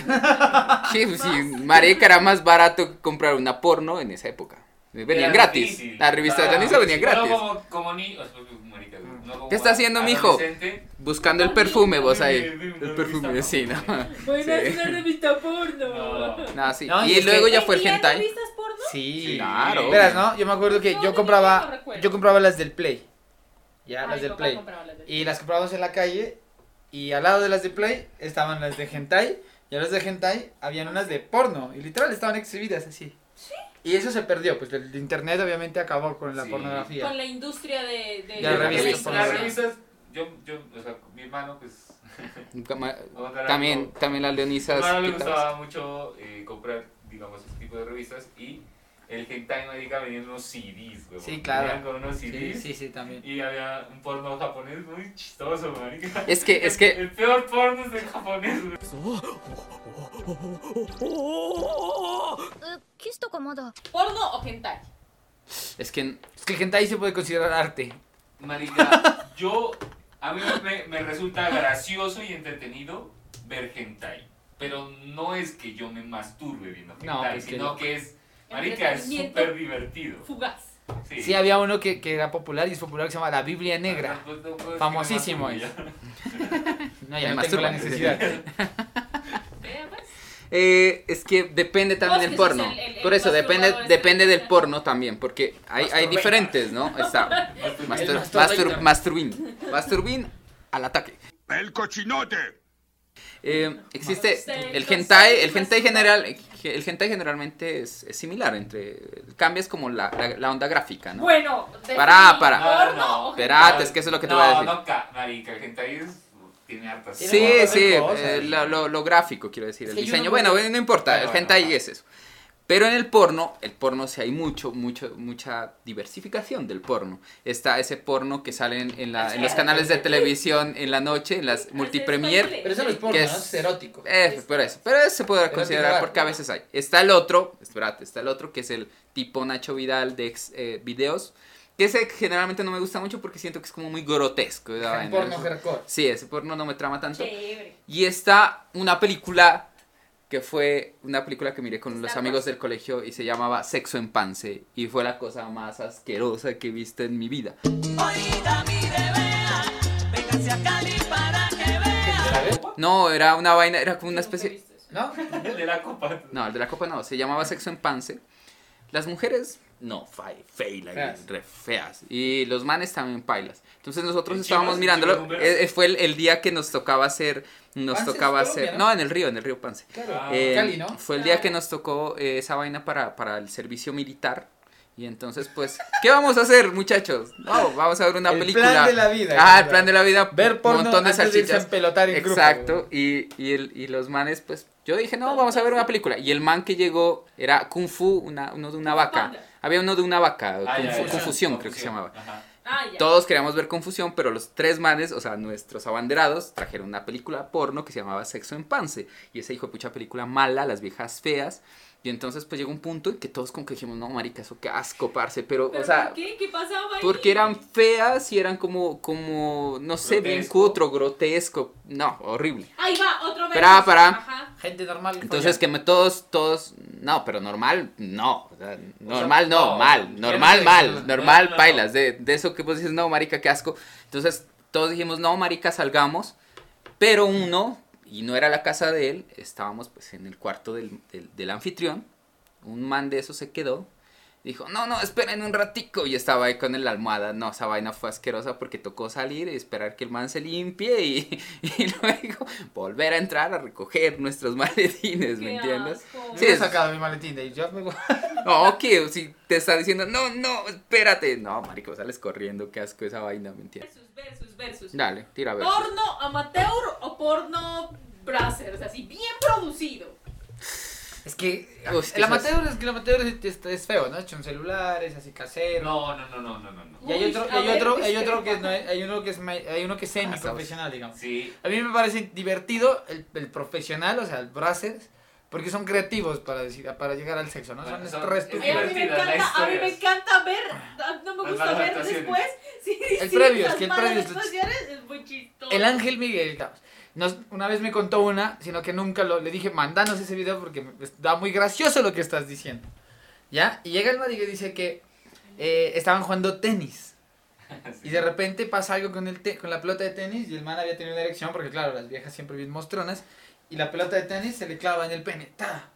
S4: Sí, pues, sí, marica era más barato que comprar una porno en esa época. Venían
S3: Era
S4: gratis.
S3: difícil.
S4: La revista de
S3: Ah,
S4: Danisa venían
S3: sí, no
S4: gratis. Mm.
S3: como, como ni... o sea, pues, marica, no como
S4: ¿Qué está haciendo, mijo?
S3: adolescente.
S4: Buscando el perfume, vos ahí. El perfume, sí, ¿no?
S12: Bueno,
S4: Sí.
S12: es una revista porno.
S4: No, sí.
S2: No, y
S4: Y
S2: es
S4: luego
S2: que-
S4: ya fue el
S2: ¿Vendían
S4: hentai.
S1: ¿Revistas porno?
S2: Sí,
S4: Claro.
S2: Verás, ¿no? Yo me acuerdo que yo
S1: no
S2: compraba
S1: recuerdo.
S2: yo compraba las del Play. Ya,
S1: Ah,
S2: las
S1: mi
S2: del
S1: papá
S2: Play.
S1: compraba las del
S2: Y las comprábamos en la calle y al lado de las de Play estaban las de hentai y a las de hentai habían unas de porno y literal estaban exhibidas así. Y eso se perdió, pues el internet obviamente acabó con la pornografía.
S1: Con la industria de. de
S2: Ya,
S1: de-
S2: revistas,
S1: de-
S2: por
S3: Las
S2: favor.
S3: revistas, yo, yo, o sea, mi hermano, pues...
S4: Nunca ma-
S3: Vamos a dar
S4: También,
S3: algo.
S4: también las
S3: A mi
S4: leonisas.
S3: hermano le
S4: pitadas.
S3: gustaba mucho eh, comprar, digamos, ese tipo de revistas y el hentai marica venía en unos CDs, güey.
S2: Sí, claro.
S3: Venían con unos
S2: Sí,
S3: CDs.
S2: sí, sí, también.
S3: Y había un porno japonés muy chistoso, marica.
S4: Es que- es que-
S3: El, el peor porno es el japonés, güey.
S1: キスとかまだ。ポルノお変態。
S4: Es que
S2: es que el hentai se puede considerar arte.
S3: Marica, yo. A mí me, me resulta gracioso y entretenido ver hentai. Pero no es que yo me masturbe viendo hentai,
S2: No, pues que
S3: sino
S2: no.
S3: que, es. Marica, es
S1: Entretenimiento
S3: súper divertido.
S1: Fugaz.
S3: Sí.
S2: Sí, había uno que, que era popular y es popular que se llama La Biblia Negra.
S3: Pues, no puedo
S2: Famosísimo
S3: decir
S2: es.
S3: que me
S2: No,
S4: Me
S2: ya no tengo
S4: masturbo.
S2: la necesidad.
S1: pues?
S4: Eh, es que depende
S1: Vos
S4: también
S1: que
S4: del porno.
S1: sos el- el- el
S4: Por eso, depende,
S1: masturbador
S4: depende del porno también, porque hay, hay
S2: Masturbator.
S4: diferentes, ¿no? Está
S2: El
S4: mastur,
S2: masturbator.
S4: mastur- masturbín. Masturbín al ataque.
S8: ¡El cochinote!
S4: Eh, existe
S8: Masturbator.
S4: el hentai, el hentai general, el hentai generalmente es, es similar, entre cambias como la, la- la onda gráfica, ¿no?
S1: Bueno,
S4: Pará,
S1: definir
S4: pará.
S1: porno o
S4: Esperate, es que eso es lo que te voy a decir.
S3: Ah, No, no, ca- marica, el hentai es, tiene hartas
S4: Sí,
S3: cosas.
S4: sí, eh, lo, lo- lo gráfico, quiero decir,
S3: Es
S4: el
S3: que yo
S4: diseño.
S3: no
S4: bueno,
S3: puedo-
S4: no importa,
S3: Bueno,
S4: el
S3: bueno,
S4: hentai es eso. Pero en el porno, el porno sí hay mucho, mucho, mucha diversificación del porno. Está ese porno que sale en, en la- en los canales de televisión en la noche, en las multipremier.
S2: Pero eso no es porno, ¿no?
S4: que
S2: es erótico.
S4: eh, por eso. Pero eso se puede
S2: Pero
S4: considerar
S2: antigrabar,
S4: porque a veces hay. Está el otro, espérate, está el otro que es el tipo Nacho Vidal de ex, eh, videos. Que ese generalmente no me gusta mucho porque siento que es como muy grotesco. la vaina.
S2: porno
S4: Eso-
S2: hardcore.
S4: Sí, ese porno no me trama tanto.
S1: Chévere.
S4: Y está una película que fue una película que miré con los amigos del colegio y se llamaba Sexo en Pance y fue la cosa más asquerosa que he visto en mi vida.
S12: Oiga, mire, vea, véngase a Cali para que vea.
S4: No, era una vaina, era como una especie...
S2: ¿No?
S3: El de la copa.
S4: No, el de la copa no, se llamaba Sexo en Pance. Las mujeres, no, fai- feila,
S2: Feas.
S4: re feas. Y los manes también pailas. Entonces nosotros
S2: ¿En Chivas?
S4: estábamos
S2: ¿En
S4: mirándolo.
S2: Chivas
S4: eh, eh, fue el, el día que nos tocaba hacer, nos
S2: Pance es
S4: tocaba
S2: Colombia,
S4: hacer,
S2: ¿no?
S4: no, en el río, en el río Pance.
S2: Claro.
S4: Ah.
S2: Cali, ¿no? Ah.
S4: Fue el día que nos tocó eh, esa vaina para, para el servicio militar. Y entonces, pues, ¿qué vamos a hacer, muchachos? No, vamos a ver una
S2: El
S4: película.
S2: plan de la vida,
S4: Ah, el
S2: claro.
S4: plan de la vida.
S2: Ver porno antes de irse a empelotar en grupo.
S4: Exacto. Y, y, el- y los manes, pues, yo dije, no, vamos a ver una película. Y el man que llegó era Kung Fu, una, uno de una vaca. Había uno de una vaca,
S3: Ah,
S4: Kung
S3: ya,
S4: Fu-
S3: ya.
S4: Confusión, creo que se llamaba.
S1: Ah, ya.
S4: Todos queríamos ver Confusión, pero los tres manes, o sea, nuestros abanderados, trajeron una película porno que se llamaba Sexo en Pance. Y esa hijo de pucha película mala, las viejas feas. Y entonces, pues llegó un punto en que todos como que dijimos, no, marica, eso qué asco, parce. Pero,
S1: ¿Pero
S4: o sea,
S1: ¿por qué? ¿Qué pasaba ahí?
S4: porque eran feas y eran como, como, no sé, bien
S2: Grotesco.
S4: cutro, grotesco. No, horrible.
S1: Ahí va, otro verso.
S4: Pará, pará.
S1: Ajá.
S2: Gente normal.
S4: Entonces, que me, todos, todos, no, pero normal, no. o sea, normal,
S2: no,
S4: no, mal.
S2: no, no,
S4: Normal, mal.
S2: no, no,
S4: normal,
S2: no, no.
S4: pailas. De, de eso que vos dices, no, marica, qué asco. Entonces, todos dijimos, no, marica, salgamos. Pero uno, y no era la casa de él, estábamos pues en el cuarto del, del- del anfitrión. Un man de eso se quedó. Dijo, no, no, esperen un ratico. Y estaba ahí con la almohada. No, esa vaina fue asquerosa porque tocó salir y esperar que el man se limpie y, y luego volver a entrar a recoger nuestros maletines, ¿me
S2: Qué
S4: entiendes?
S2: Yo
S4: Sí,
S2: he
S4: es-
S2: sacado mi maletín de ahí. Yo me voy.
S4: no, que si te está diciendo, no, no, espérate. No, marico, sales corriendo, qué asco esa vaina, ¿me entiendes?
S1: Versus, versus.
S4: Dale, tira a ver.
S1: Porno amateur o porno brasers, así bien producido.
S2: Es que
S4: Uy, quizás-
S2: el amateur, es que el amateur es, es- es feo, ¿no? Hecho en celulares, así casero.
S3: No, no, no, no, no, no.
S2: Y hay
S3: Uy,
S2: otro,
S3: a
S2: hay
S3: ver, pues,
S2: otro, hay
S3: discrepa.
S2: otro que no es- hay uno que es ma- hay uno que es semiprofesional, digamos.
S3: Sí.
S2: A mí me parece divertido el, el profesional, o sea, el brasers, porque son creativos para decir, para llegar al sexo, ¿no?
S3: Bueno,
S2: son
S3: son-
S2: re
S3: es
S1: Ay, a,
S2: estúpidos.
S1: mí me
S3: divertida la
S1: encanta, a mí
S3: historia.
S1: me encanta ver, ah, no me
S3: Las
S1: gusta
S3: malas
S1: ver
S3: actuaciones.
S1: después. Sí,
S2: El
S1: sí,
S2: previo, es
S1: las
S2: que el
S1: malas
S2: previo es lo
S1: actuaciones es muy chistoso.
S2: El Ángel Miguel, digamos. Nos- una vez me contó una, sino que nunca lo, le dije, mandanos ese video porque me- está muy gracioso lo que estás diciendo. ¿Ya? Y llega el marido y dice que eh, estaban jugando tenis. Y de repente pasa algo con, el te- con la pelota de tenis y el man había tenido una erección porque, claro, las viejas siempre bien mostronas. Y la pelota de tenis se le clava en el pene. ¡ta!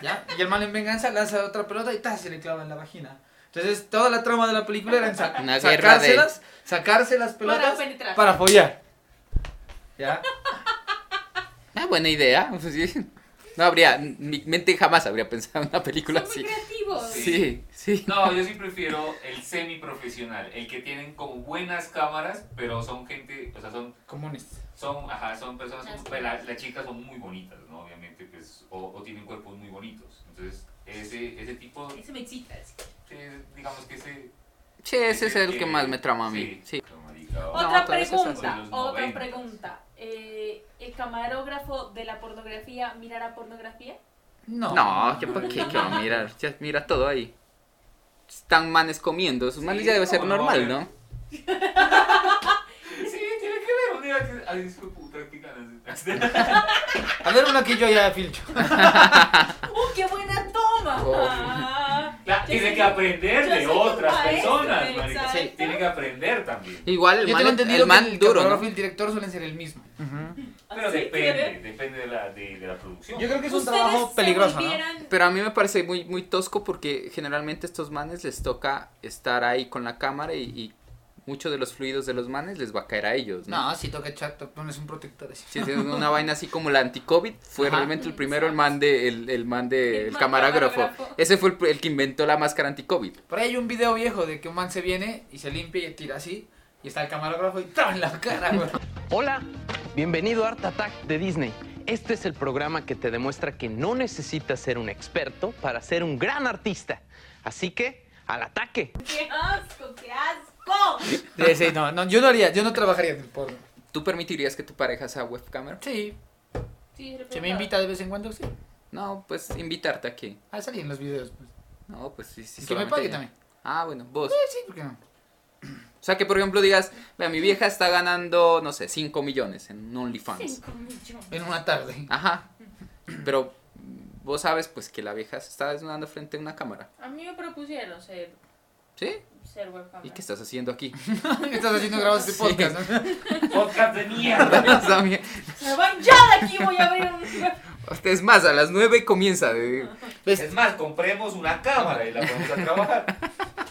S2: ¿Ya? Y el man en venganza lanza otra pelota y ¡ta! se le clava en la vagina. Entonces, toda la trama de la película era en sa-
S4: Una guerra de-
S2: sacárselas, sacarse las pelotas
S1: penetrar.
S2: para follar. ¿Ya?
S4: Ah, buena idea. pues sí. No habría, mi mente jamás habría pensado en una película así.
S1: creativos.
S4: Sí, sí.
S3: No, yo sí prefiero el semiprofesional, el que tienen como buenas cámaras, pero son gente, o sea, son...
S2: Comunes.
S3: Son, ajá, son personas, como- pues, las, las chicas son muy bonitas, ¿no? Obviamente, pues, o, o tienen cuerpos muy bonitos. Entonces, ese, ese tipo...
S1: Ese me excita.
S3: eh, digamos que ese...
S4: Sí, ese es el que más me trama a mí. Sí.
S1: Otra
S4: No, todas esas
S1: pregunta,
S4: son-
S1: otra pregunta. Eh, ¿El camarógrafo de la pornografía mirará pornografía?
S2: No.
S4: No, ¿qué, pa- qué, qué va a mirar? Ya mira todo ahí. Están manes comiendo. Sus manes
S3: Sí,
S4: ya debe ser
S3: ¿cómo no va a
S4: normal,
S3: ver?
S4: ¿no?
S3: Sí, tiene que ver, mira que... Ay, hijo de puta, qué ganas de-
S2: A ver una que yo ya filcho.
S1: ¡Uh, qué buena toma!
S3: Oh.
S1: Ah,
S3: La-
S1: yo
S3: tiene
S1: soy-
S3: que aprender
S1: yo
S3: de
S1: soy un
S3: otras
S1: maestro,
S3: personas, marica.
S1: exacto.
S3: Sí, Tiene que aprender también.
S4: Igual el
S2: Yo
S4: man-
S2: tengo entendido
S4: el man
S2: que el
S4: duro,
S2: camarógrafo
S4: ¿no?
S2: y el director suelen ser el mismo.
S3: Pero
S2: ¿Sí?
S3: depende, depende de la, de, de la producción.
S2: Yo creo que es un Ustedes trabajo se peligroso, ¿no? volvieran-
S4: Pero a mí me parece muy, muy tosco porque generalmente estos manes les toca estar ahí con la cámara y, y mucho de los fluidos de los manes les va a caer a ellos, ¿no?
S2: No, si toca echar, te pones un protector así.
S4: Sí, sí, una vaina así como la anti-COVID fue
S2: Ajá.
S4: realmente el primero el man de el, el man de el
S2: man
S4: camarógrafo.
S2: camarógrafo.
S4: Ese fue el, pr- el que inventó la máscara anti-COVID.
S2: Por ahí hay un video viejo de que un man se viene y se limpia y tira así. Y está el camarógrafo y ¡tras! en la cara, güey.
S14: Hola, bienvenido a Art Attack de Disney. Este es el programa que te demuestra que no necesitas ser un experto para ser un gran artista. Así que, al ataque.
S1: ¡Qué asco, qué asco!
S2: Sí, sí, no, no, yo no haría, yo no trabajaría en el porno.
S4: ¿Tú permitirías que tu pareja sea webcamer?
S2: Sí.
S1: Sí,
S2: Se me invita de vez en cuando, sí.
S4: No, pues invitarte aquí.
S2: A salir en los videos. Pues.
S4: No, pues sí, sí.
S2: Y que me
S4: solamente
S2: pague
S4: ella.
S2: también.
S4: Ah, bueno, vos.
S2: Sí, Pues sí, ¿por qué no?
S4: O sea, que por ejemplo digas, vea, mi vieja está ganando, no sé, 5 millones en OnlyFans.
S1: Cinco millones.
S2: En una tarde.
S4: Ajá. Pero mm, vos sabes, pues, que la vieja se está desnudando frente a una cámara.
S1: A mí me propusieron ser,
S4: ¿Sí?
S1: ser webcam.
S4: ¿Y qué estás haciendo aquí?
S2: ¿Qué estás haciendo grabando este podcast?
S3: Podcast de
S4: Podcast de mierda.
S1: ¡Me voy ya de aquí! Voy a abrir un...
S4: Es más, a las 9 comienza. De...
S2: Pues-
S3: Es más, compremos una cámara y la ponemos a trabajar.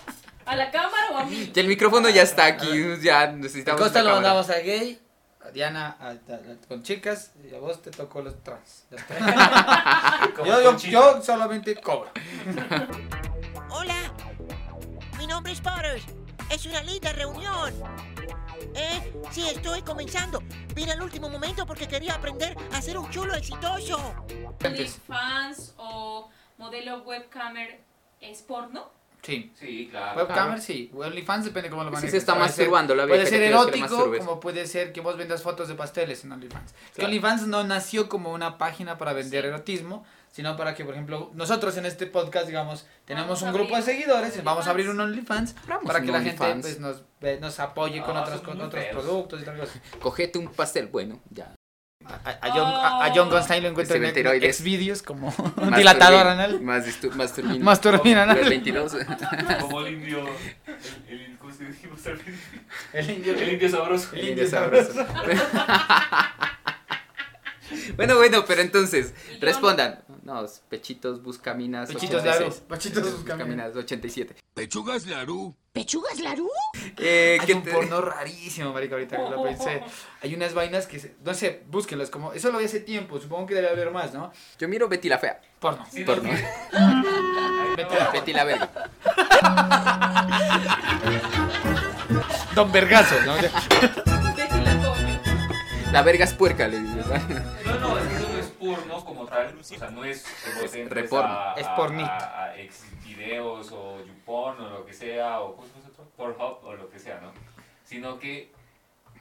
S1: ¿A la cámara o a mí?
S4: Y el micrófono ya está aquí, ya necesitamos.
S2: Costa
S4: una
S2: lo
S4: cámara.
S2: mandamos a gay, a Diana a- a- a- con chicas y a vos te tocó los trans. Ya está.
S9: Como
S2: yo, yo,
S9: Conchita.
S2: yo solamente cobro.
S9: Hola, mi nombre es Butters. Es una linda reunión. Eh, sí, estoy comenzando. Vine al último momento porque quería aprender a ser un chulo exitoso.
S1: fans o modelo webcamer es porno?
S2: Sí.
S3: Sí, claro.
S2: Webcamer sí, OnlyFans depende cómo lo
S4: Sí, se
S2: manejes.
S4: está
S2: Puede
S4: masturbando
S2: ser-
S4: la vieja
S2: Puede
S4: que
S2: ser
S4: quieres que le
S2: erótico,
S4: masturbes.
S2: como puede ser que vos vendas fotos de pasteles en OnlyFans. Es Que
S4: Claro.
S2: OnlyFans no nació como una página para vender erotismo, sino para que, por ejemplo, nosotros en este podcast, digamos, tenemos
S4: Vamos a
S2: un grupo de
S4: abrir
S2: seguidores, vamos a abrir un OnlyFans para
S4: un
S2: que la gente
S4: OnlyFans.
S2: pues, nos, ve- nos apoye con
S4: No,
S2: otros,
S4: son
S2: con
S4: muy
S2: otros
S4: feos.
S2: productos y tal cosa.
S4: Cogete un pastel, bueno, ya.
S2: A John, a, a John Gonstein lo encuentro
S4: Este
S2: en
S4: esteroides.
S2: ex vídeos Ah. como
S4: Más
S2: dilatador
S4: turbina,
S2: anal.
S4: Más, distu- más turbina.
S2: Más turbina anal.
S4: Los 22.
S3: Como el indio. El, el- ¿Cómo se dijimos al principio?
S2: El indio-
S3: El indio sabroso.
S4: El indio sabroso. bueno, bueno, pero entonces, respondan. No, es pechitos buscaminas.
S2: Pechitos
S4: 86.
S2: Larú, pechitos
S4: buscaminas. 87.
S8: Pechugas Larú.
S9: ¿Pechugas Larú?
S4: Eh,
S2: Hay
S4: ¿qué
S2: un
S4: te-
S2: porno rarísimo, marica, ahorita que lo pensé. Hay unas vainas que, se- no sé, búsquenlas como, eso lo vi hace tiempo, supongo que debe haber más, ¿no?
S4: Yo miro Betty la Fea.
S2: Porno.
S4: Porno.
S2: Betty la-
S4: Betty la Verga.
S2: Don Vergazo, ¿no?
S4: La verga es puerca, le digo.
S3: No, no, es que eso no es porno como tal. O sea, no es como te entres
S4: reporno.
S3: a-
S4: Es
S3: a-
S4: pornito.
S3: A, a ex videos o YouPorn o lo que sea, o ¿cómo se llama eso? Pornhub o lo que sea, ¿no? Sino que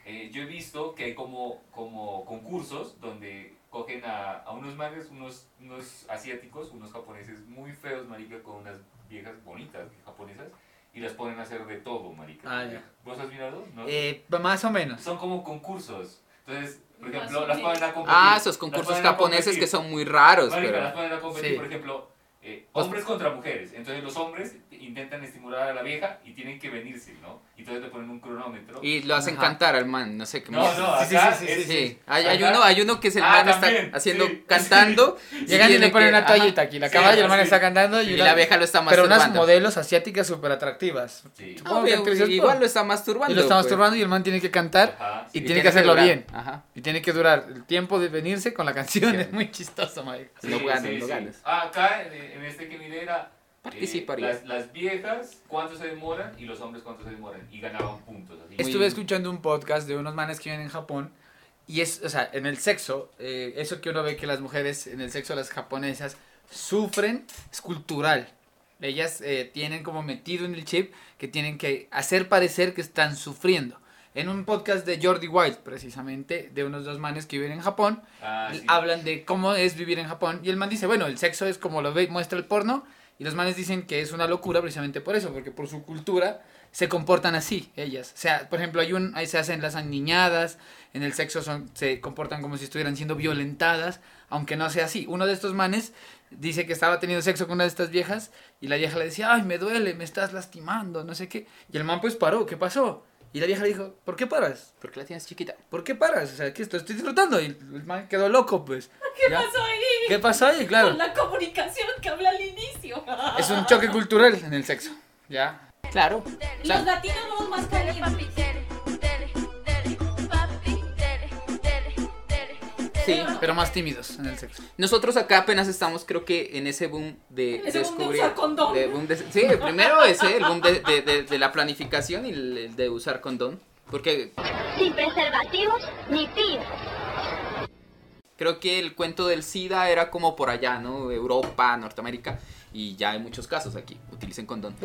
S3: eh, yo he visto que hay como, como concursos donde cogen a, a unos manes, unos, unos asiáticos, unos japoneses muy feos, marica, con unas viejas bonitas japonesas. Y las ponen a hacer de todo, marica.
S2: Ah, ya.
S3: ¿Vos has mirado? ¿No?
S2: Eh, más o menos.
S3: Son como concursos. Entonces, por ejemplo, las ponen a competir.
S4: Ah, esos
S3: las
S4: concursos
S3: ponen a
S4: japoneses
S3: competir.
S4: que son muy raros,
S3: Marica,
S4: pero-
S3: las ponen a competir,
S4: Sí.
S3: por ejemplo, eh, hombres contra mujeres. Entonces, los hombres intentan estimular a la vieja y tienen que venirse, ¿no? Y entonces le ponen un cronómetro.
S4: Y lo hacen
S3: Ajá.
S4: cantar al man, no sé qué
S3: No,
S4: más.
S3: no, ah, acá es- este,
S4: Hay, hay
S3: acá-
S4: uno, hay uno que es el
S3: Ah,
S4: man
S3: también,
S4: está haciendo,
S3: sí.
S4: cantando.
S2: Llegan y
S4: tiene
S2: le ponen
S4: que-
S2: una toallita
S4: ajá.
S2: aquí, la cámara y el man está cantando.
S4: Y
S2: una-
S4: la vieja lo está
S2: Pero unas
S4: masturbando.
S2: modelos asiáticas súper atractivas. Supongo
S4: Ah,
S2: que
S4: obvio,
S2: actrices
S4: igual
S2: porno.
S4: lo está masturbando.
S2: Y lo está
S4: pues.
S2: masturbando y el man tiene que cantar
S4: Ajá, sí.
S2: y,
S4: Y
S2: tiene
S4: tiene
S2: que
S4: que
S2: hacerlo
S4: durar,
S2: bien.
S4: ajá.
S2: Y tiene que durar el tiempo de venirse con la canción. Es muy chistoso, Mike.
S3: Sí, sí, sí. Ah, acá, en, en este que miré era. eh,
S2: Participaría.
S3: las, las viejas, cuánto se demoran y los hombres, cuánto se demoran. Y ganaban puntos. Así.
S2: Estuve escuchando un podcast de unos manes que viven en Japón y es, o sea, en el sexo, eh, eso que uno ve que las mujeres en el sexo, las japonesas, sufren es cultural. Ellas eh, tienen como metido en el chip que tienen que hacer parecer que están sufriendo. En un podcast de Jordi White, precisamente, de unos dos manes que viven en Japón,
S3: Ah, sí.
S2: hablan de cómo es vivir en Japón. Y el man dice, bueno, el sexo es como lo ve, muestra el porno. Y los manes dicen que es una locura precisamente por eso, porque por su cultura se comportan así ellas. O sea, por ejemplo, hay un, ahí se hacen las aniñadas, en el sexo son, se comportan como si estuvieran siendo violentadas, aunque no sea así. Uno de estos manes dice que estaba teniendo sexo con una de estas viejas y la vieja le decía, ay, me duele, me estás lastimando, no sé qué. Y el man pues paró, ¿qué pasó? Y la vieja le dijo, ¿por qué paras?
S4: Porque la tienes chiquita.
S2: ¿Por qué paras? O sea, que esto estoy disfrutando. Y el man quedó loco, pues.
S1: ¿Qué
S2: Ya.
S1: pasó ahí?
S2: ¿Qué pasó ahí? Claro.
S1: Con la comunicación que habla al inicio.
S2: Es un choque cultural en el sexo. Ya.
S4: Claro.
S1: Los latinos somos más calientes.
S4: Sí.
S2: Pero más tímidos en el sexo.
S4: Nosotros acá apenas estamos, creo que, en ese boom de
S1: En ese boom de
S4: descubrir.
S1: usar condón.
S4: de boom de- sí, el primero ese, el boom de, de- de- de la planificación y el, el de usar condón. Porque
S12: Sin preservativos ni pío.
S4: creo que el cuento del SIDA era como por allá, ¿no? Europa, Norteamérica. Y ya hay muchos casos aquí. Utilicen condón.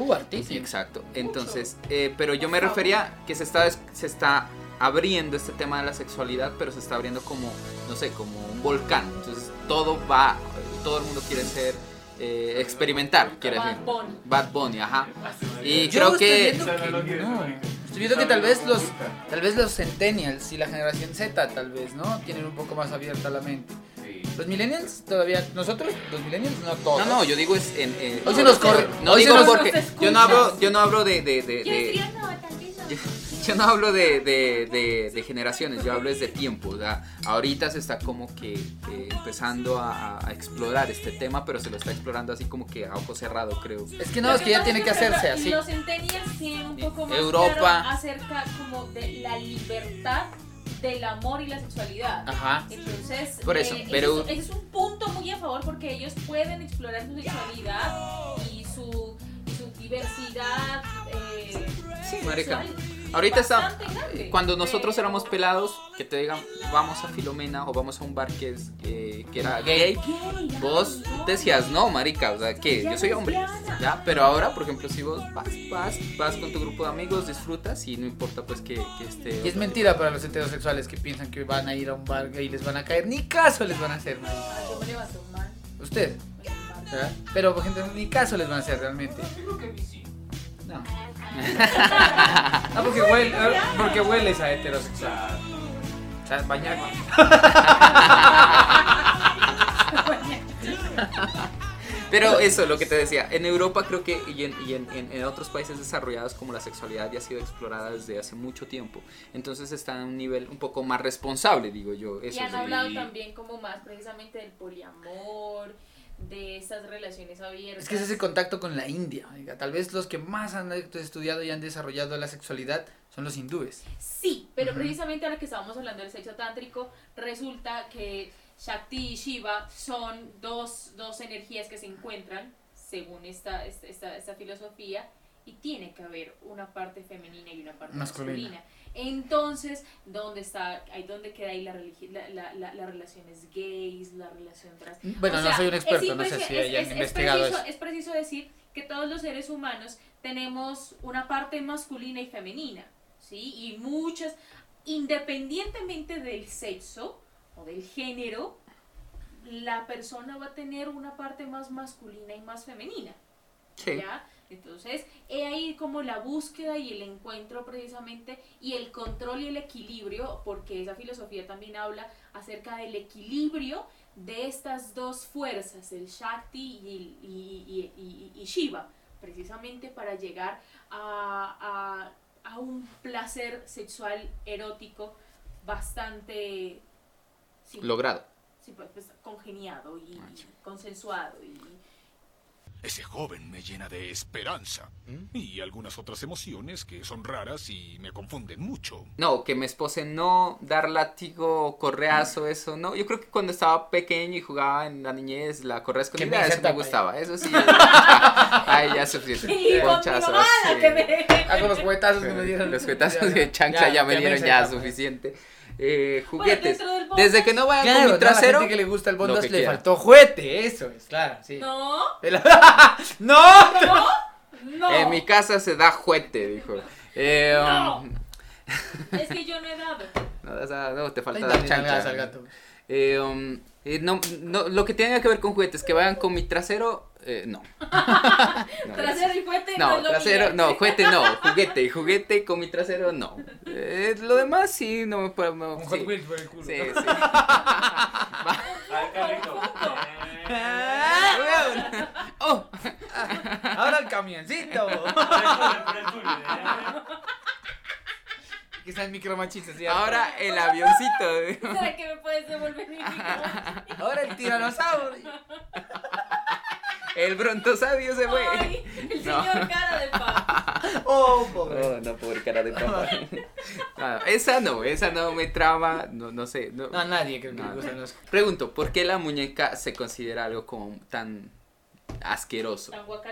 S4: Sí, Exacto. Entonces, eh, pero yo me refería que se está, des- se está abriendo este tema de la sexualidad, pero se está abriendo como, no sé, como un volcán. Entonces, todo va, todo el mundo quiere ser, eh, experimentar, quiere
S2: Bad
S4: decir.
S2: Bunny.
S4: Bad Bunny, ajá. Y
S2: Yo
S4: creo
S2: estoy
S4: que...
S2: viendo que no. Estoy viendo que tal vez los tal vez los centennials y la generación Z tal vez, ¿no? Tienen un poco más abierta la mente. Los millennials todavía nosotros los millennials no todos.
S4: No, no, yo digo es en... en-
S2: Hoy se nos corre.
S4: No
S2: Hoy se
S4: digo
S2: nos-
S4: porque...
S2: nos
S4: yo no
S2: escuchas.
S4: hablo, yo no hablo de... de, de- de- Yo no hablo de, de- de- de generaciones, yo hablo es de tiempo. o sea, ahorita se está como que eh, empezando a, a- a explorar este tema, pero se lo está explorando así como que a ojo cerrado, creo.
S2: Es que no, es que ya tiene que hacerse así.
S1: Los centennials tienen un poco más
S4: Europa.
S1: claro acerca como de la libertad del amor y la sexualidad.
S2: Ajá.
S1: Entonces, eh,
S4: Por eso,
S1: ese
S4: pero-
S1: es- ese es un punto muy a favor porque ellos pueden explorar su sexualidad y su, y su diversidad. Eh,
S4: Marica,
S1: sexual.
S4: ahorita está.
S1: Bastante grande.
S4: Cuando nosotros éramos pelados, que te digan, vamos a Filomena o vamos a un bar que, es, eh, que era gay, vos decías, no, Marica, o sea, que yo soy hombre. ¿ya? Pero ahora, por ejemplo, si vos vas, vas, vas con tu grupo de amigos, disfrutas y no importa pues que, que esté.
S2: Y es mentira para los heterosexuales que piensan que van a ir a un bar y les van a caer. Ni caso les van a hacer, marica.
S1: Ah, yo me levanto mal.
S2: Usted. ¿verdad? Pero por gente, ni caso les van a hacer realmente. No. no, porque, huele, ah, porque hueles a heterosexual. O sea, bañaco.
S4: Pero eso, lo que te decía, en Europa creo que y, en, y en- en- en otros países desarrollados como la sexualidad ya ha sido explorada desde hace mucho tiempo. Entonces está en un nivel un poco más responsable, digo yo. Eso
S1: y han
S4: es-
S1: hablado
S4: y-
S1: también como más precisamente del poliamor, de esas relaciones abiertas.
S2: Es que es ese contacto con la India. oiga. Tal vez los que más han estudiado y han desarrollado la sexualidad son los hindúes.
S1: Sí, pero
S2: Ujú.
S1: precisamente ahora que estábamos hablando del sexo tántrico, resulta que Shakti y Shiva son dos, dos energías que se encuentran, según esta, esta, esta, esta filosofía, y tiene que haber una parte femenina y una parte masculina.
S2: Masculina.
S1: Entonces, ¿dónde está, ahí dónde queda ahí la religi- la- la- la- las relaciones gays, la relación trans?
S2: Bueno, no soy un
S1: es
S2: experto, no sé
S1: impresi-
S2: si hayan investigado
S1: preciso,
S2: eso.
S1: Es preciso decir que todos los seres humanos tenemos una parte masculina y femenina, ¿sí? Y muchas, independientemente del sexo o del género, la persona va a tener una parte más masculina y más femenina.
S4: Sí.
S1: ¿ya? Entonces, he ahí como la búsqueda y el encuentro precisamente y el control y el equilibrio, porque esa filosofía también habla acerca del equilibrio de estas dos fuerzas, el Shakti y, y- y- y- y Shiva, precisamente para llegar a, a- a un placer sexual erótico bastante sí,
S4: Logrado.
S1: sí, pues, pues, congeniado y consensuado y
S8: Ese joven me llena de esperanza y algunas otras emociones que son raras y me confunden mucho.
S4: No, que me espose no, dar látigo, correazo, eso, no. Yo creo que cuando estaba pequeño y jugaba en la niñez, la correa
S2: me
S4: escondida, eso me
S2: acepta,
S4: gustaba. Eso sí. Ay, ya es suficiente.
S2: Sí, con mi
S4: Conchazo,
S2: mamá, la
S4: sí.
S2: que me- Ah, con los juguetazos que me dieron.
S4: Los juguetazos
S2: Ya,
S4: de chancla ya,
S2: ya,
S4: me
S2: ya me
S4: dieron ya
S2: acepta,
S4: suficiente. Eh, juguetes.
S1: dentro del
S4: Desde que no vayan con mi trasero.
S2: a la gente que le gusta el
S4: lo
S2: bondas
S4: que
S2: le
S4: quiera.
S2: faltó juguete, eso es, claro, sí.
S1: No.
S2: El- no.
S1: No. No.
S4: En Eh, mi casa se da juguete, dijo. Eh,
S1: No.
S4: um,
S1: Es que yo no he dado.
S4: No, o sea, no, te falta
S2: Ay,
S4: dar
S2: dale
S4: chancha.
S2: nalgadas al gato.
S4: Eh, um, eh, no, no, lo que tenga que ver con juguetes, que vayan con mi trasero, eh, no. No,
S1: Trasero y fuente
S4: No,
S1: es lo
S4: trasero,
S1: mío.
S4: no, juguete no, juguete, juguete con mi trasero, no. Eh, lo demás sí, no me puedo. no, sí. Sí, sí.
S3: Ah,
S4: Oh.
S2: Ah, Ahora el camioncito. que sean micromachistas. ¿cierto?
S4: Ahora el avioncito.
S1: ¿Será que me puedes devolver mi
S2: Ahora el tiranosaurio.
S4: El brontosaurio se fue.
S1: El
S4: No.
S1: señor cara de papa.
S2: Oh,
S4: Oh, no, pobre cara de papa. Ah, esa no, esa no me traba, no, no sé. No,
S2: No, a nadie creo que le gustan los-
S4: Pregunto, ¿por qué la muñeca se considera algo como tan asqueroso?